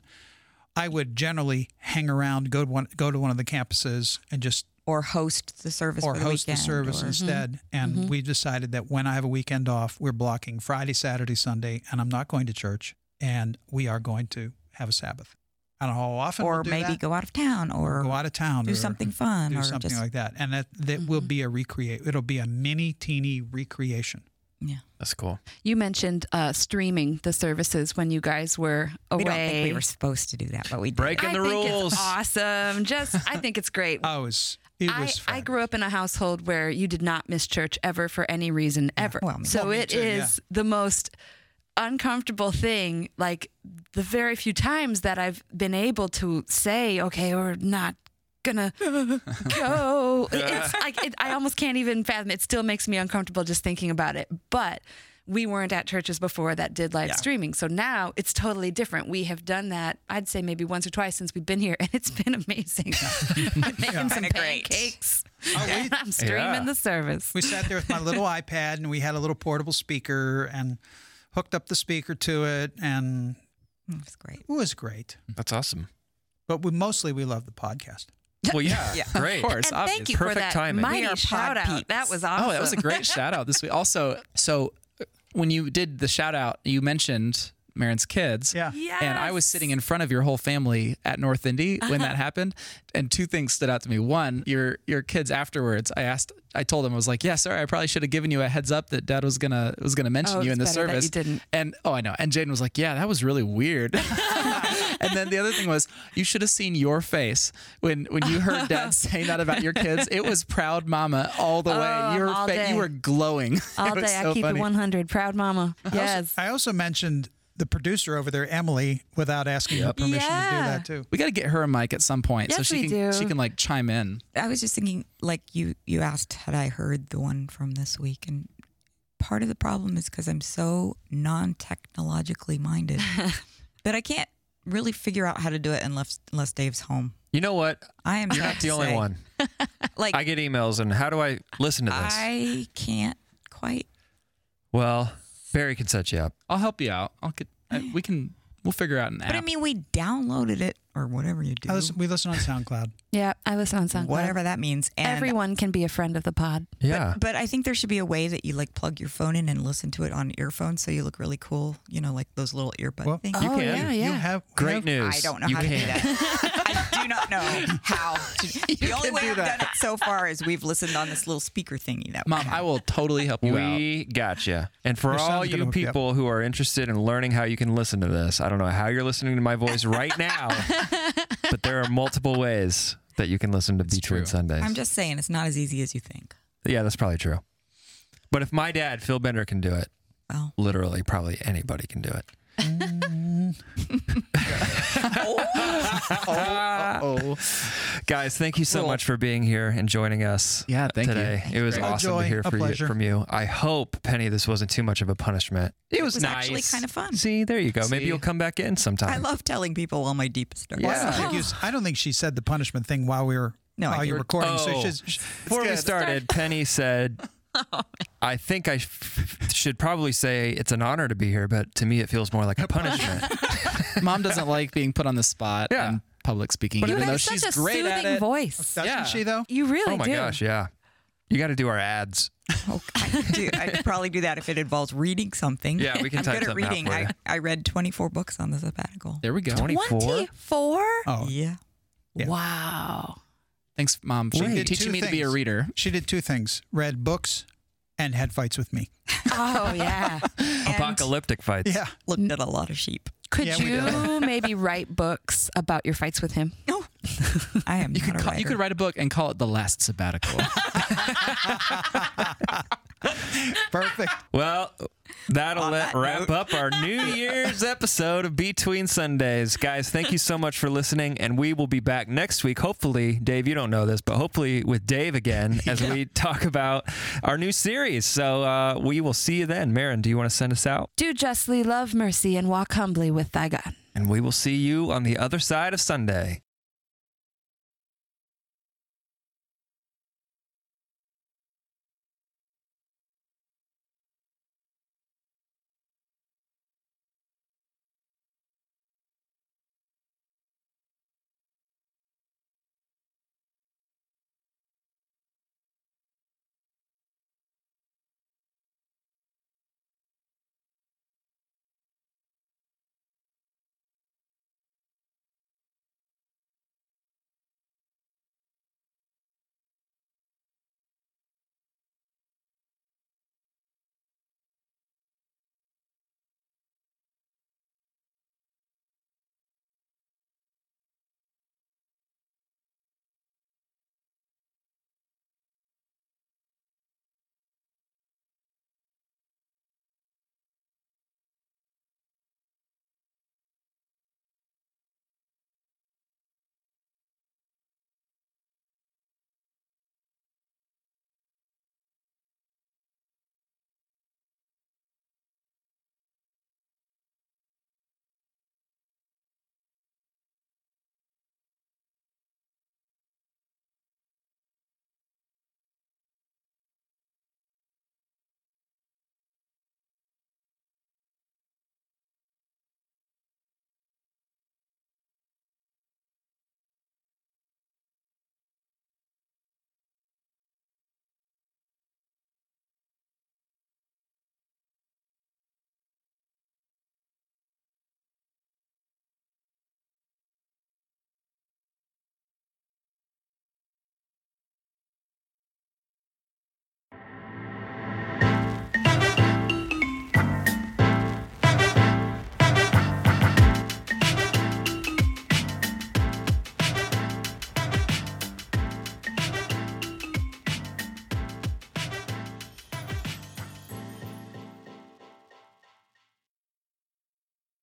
Speaker 2: I would generally hang around, go to one, go to one of the campuses and just
Speaker 3: Or host the service
Speaker 2: or
Speaker 3: for the
Speaker 2: host the
Speaker 3: weekend,
Speaker 2: service
Speaker 3: or- mm-hmm.
Speaker 2: instead. And we decided that when I have a weekend off, we're blocking Friday, Saturday, Sunday, and I'm not going to church, and we are going to have a Sabbath. I don't know how often,
Speaker 3: or
Speaker 2: we'll do
Speaker 3: maybe
Speaker 2: that.
Speaker 3: go out of town or
Speaker 2: go out of town,
Speaker 3: do
Speaker 2: or
Speaker 3: something fun
Speaker 2: do
Speaker 3: or
Speaker 2: something
Speaker 3: just Mm-hmm.
Speaker 2: like that, and that that will be a recreate. It'll be a mini teeny recreation.
Speaker 3: yeah.
Speaker 1: That's cool.
Speaker 5: You mentioned uh, streaming the services when you guys were away.
Speaker 3: We don't think we were supposed to do that, but we did.
Speaker 1: Breaking
Speaker 5: I
Speaker 1: the
Speaker 5: think
Speaker 1: rules.
Speaker 5: It's awesome. Just, I think it's great.
Speaker 2: I was. It
Speaker 5: I,
Speaker 2: was.
Speaker 5: I
Speaker 2: fun.
Speaker 5: grew up in a household where you did not miss church ever for any reason ever.
Speaker 3: Well, me-
Speaker 5: so
Speaker 2: Well, me
Speaker 5: it is
Speaker 2: too, yeah.
Speaker 5: the most uncomfortable thing. Like the very few times that I've been able to say, okay, we're not gonna go. It's like it, I almost can't even fathom. It still makes me uncomfortable just thinking about it. But we weren't at churches before that did live streaming. So now it's totally different. We have done that, I'd say maybe once or twice since we've been here, and it's been amazing. I'm making some
Speaker 3: Kinda great.
Speaker 5: pancakes.
Speaker 2: Oh, we-
Speaker 5: and I'm streaming
Speaker 1: Yeah.
Speaker 5: the service.
Speaker 2: we sat there with my little iPad and we had a little portable speaker and hooked up the speaker to it and
Speaker 3: It was great.
Speaker 2: it was great.
Speaker 1: That's awesome.
Speaker 2: But we mostly we love the podcast.
Speaker 4: Well, yeah,
Speaker 1: Great.
Speaker 4: Of course,
Speaker 5: and
Speaker 4: obvious.
Speaker 5: thank you for
Speaker 1: Perfect
Speaker 5: that
Speaker 1: timing.
Speaker 3: We
Speaker 5: mighty
Speaker 3: are pod
Speaker 5: shout out.
Speaker 3: peeps.
Speaker 5: That was awesome.
Speaker 4: Oh, that was a great shout out this week. Also, so when you did the shout out, you mentioned Marin's kids.
Speaker 2: Yeah.
Speaker 5: Yes. Uh-huh.
Speaker 4: And I was sitting in front of your whole family at North Indy when that happened, and two things stood out to me. One, your your kids afterwards. I asked, I told them, I was like, "Yeah, sorry, I probably should have given you a heads up that Dad was gonna was gonna mention
Speaker 5: Oh,
Speaker 4: you in the
Speaker 5: it's better that you
Speaker 4: service."
Speaker 5: didn't.
Speaker 4: And oh, I know. And Jaden was like, "Yeah, that was really weird." and then the other thing was, you should have seen your face when when you heard Dad saying that about your kids. It was proud mama all the way. Your
Speaker 5: Oh, all
Speaker 4: fa-
Speaker 5: day.
Speaker 4: you were glowing
Speaker 5: All
Speaker 4: It was
Speaker 5: day,
Speaker 4: so
Speaker 5: I keep
Speaker 4: funny.
Speaker 5: it 100. Proud mama. Yes.
Speaker 2: I also mentioned the producer over there, Emily, without asking her permission to do
Speaker 5: Yeah.
Speaker 2: that too.
Speaker 4: We got to get her a mic at some point so
Speaker 5: Yes, we
Speaker 4: she can
Speaker 5: do.
Speaker 4: she can like chime in.
Speaker 3: I was just thinking, like you, you asked, had I heard the one from this week? And part of the problem is because I'm so non-technologically minded that I can't really figure out how to do it unless unless Dave's home.
Speaker 1: You know what?
Speaker 3: I am
Speaker 1: You're
Speaker 3: sad
Speaker 1: not
Speaker 3: to
Speaker 1: the only
Speaker 3: say,
Speaker 1: one.
Speaker 3: Like
Speaker 1: I get emails, and how do I listen to this?
Speaker 3: I can't quite.
Speaker 1: Well, Barry can set you up.
Speaker 4: I'll help you out. I'll get. I, we can. We'll figure out an app.
Speaker 3: But I mean, we downloaded it or whatever you do,
Speaker 2: I listen, we listen on SoundCloud.
Speaker 5: yeah, I listen on SoundCloud.
Speaker 3: whatever that means. And
Speaker 5: Everyone can be a friend of the pod.
Speaker 1: Yeah.
Speaker 3: But I think there should be a way that you like plug your phone in and listen to it on earphones, so you look really cool. You know, like those little earbud
Speaker 2: Well,
Speaker 3: things.
Speaker 1: You
Speaker 5: oh,
Speaker 1: can.
Speaker 5: yeah,
Speaker 2: You
Speaker 5: yeah.
Speaker 2: have
Speaker 1: Great
Speaker 2: have-
Speaker 1: news.
Speaker 3: I don't know
Speaker 1: You
Speaker 3: how to do
Speaker 1: can.
Speaker 3: that. I do not know how. To, the only way I've done it so far is we've listened on this little speaker thingy that we
Speaker 4: Mom, I will totally help you out.
Speaker 1: We gotcha. And for
Speaker 2: Your son's
Speaker 1: all
Speaker 2: gonna
Speaker 1: you
Speaker 2: hook you up.
Speaker 1: people who are interested in learning how you can listen to this, I don't know how you're listening to my voice right now, but there are multiple ways that you can listen to Beachwood
Speaker 4: true.
Speaker 1: Sundays.
Speaker 3: I'm just saying it's not as easy as you think.
Speaker 1: yeah, that's probably true. But if my dad, Phil Bender, can do it,
Speaker 3: Well,
Speaker 1: literally, probably anybody can do it.
Speaker 4: Oh,
Speaker 1: Guys, thank you so
Speaker 4: Cool.
Speaker 1: much for being here and joining us.
Speaker 4: Yeah, thank you.
Speaker 1: today.
Speaker 4: Thank
Speaker 1: It was
Speaker 2: you. A
Speaker 1: awesome
Speaker 2: joy,
Speaker 1: to hear
Speaker 2: a
Speaker 1: from you,
Speaker 2: pleasure.
Speaker 1: from you. I hope Penny, this wasn't too much of a punishment. It was,
Speaker 3: was
Speaker 1: nice.
Speaker 3: actually kind of fun.
Speaker 1: See, there you go. Maybe
Speaker 4: See?
Speaker 1: you'll come back in sometime.
Speaker 3: I love telling people all my deepest darkest.
Speaker 2: Well, I, don't
Speaker 1: Yeah.
Speaker 2: think you, I don't think she said the punishment thing while we were
Speaker 3: No, I
Speaker 2: while you were
Speaker 3: didn't.
Speaker 2: recording. So
Speaker 1: Oh.
Speaker 2: she's, she-
Speaker 1: Before we started, Penny said,
Speaker 3: Oh,
Speaker 1: "I think I f- should probably say it's an honor to be here, but to me it feels more like a punishment."
Speaker 4: Mom doesn't like being put on the spot
Speaker 1: Yeah.
Speaker 4: and public speaking,
Speaker 1: But
Speaker 5: You
Speaker 4: even
Speaker 5: have
Speaker 4: though
Speaker 5: such
Speaker 4: she's
Speaker 5: a
Speaker 4: great at
Speaker 5: soothing
Speaker 4: it.
Speaker 5: voice.
Speaker 2: doesn't
Speaker 4: Yeah.
Speaker 2: she though?
Speaker 5: You really
Speaker 1: oh my
Speaker 5: do.
Speaker 1: gosh, yeah. You got to do our ads.
Speaker 3: Oh, I do. I'd probably do that if it involves reading something.
Speaker 1: Yeah, we can
Speaker 3: I'm
Speaker 1: type
Speaker 3: good at
Speaker 1: something out
Speaker 3: reading.
Speaker 1: for you.
Speaker 3: I, I read 24 books on the sabbatical.
Speaker 4: There we go.
Speaker 1: 24.
Speaker 2: Oh,
Speaker 3: Yeah.
Speaker 2: Yeah.
Speaker 5: Wow.
Speaker 4: Thanks, Mom, for
Speaker 2: She did
Speaker 4: teaching
Speaker 2: two
Speaker 4: me to be a
Speaker 2: things.
Speaker 4: reader.
Speaker 2: she did two things: read books and had fights with me.
Speaker 5: Oh yeah.
Speaker 1: Apocalyptic fights.
Speaker 2: Yeah.
Speaker 3: Looked at a lot of sheep.
Speaker 5: Could
Speaker 2: Yeah, we
Speaker 5: you maybe write books about your fights with him?
Speaker 3: No, I am
Speaker 4: You
Speaker 3: not
Speaker 4: could
Speaker 3: a
Speaker 4: call,
Speaker 3: writer.
Speaker 4: you could write a book and call it the last sabbatical.
Speaker 2: Perfect.
Speaker 1: Well, that'll let, wrap up our New Year's episode of Between Sundays. Guys, thank you so much for listening, and we will be back next week. Hopefully, Dave, you don't know this, but hopefully with Dave again as we talk about our new series. So uh, we will see you then. Marin, do you want to send us out?
Speaker 5: Do justly, love mercy, and walk humbly with thy God.
Speaker 1: And we will see you on the other side of Sunday.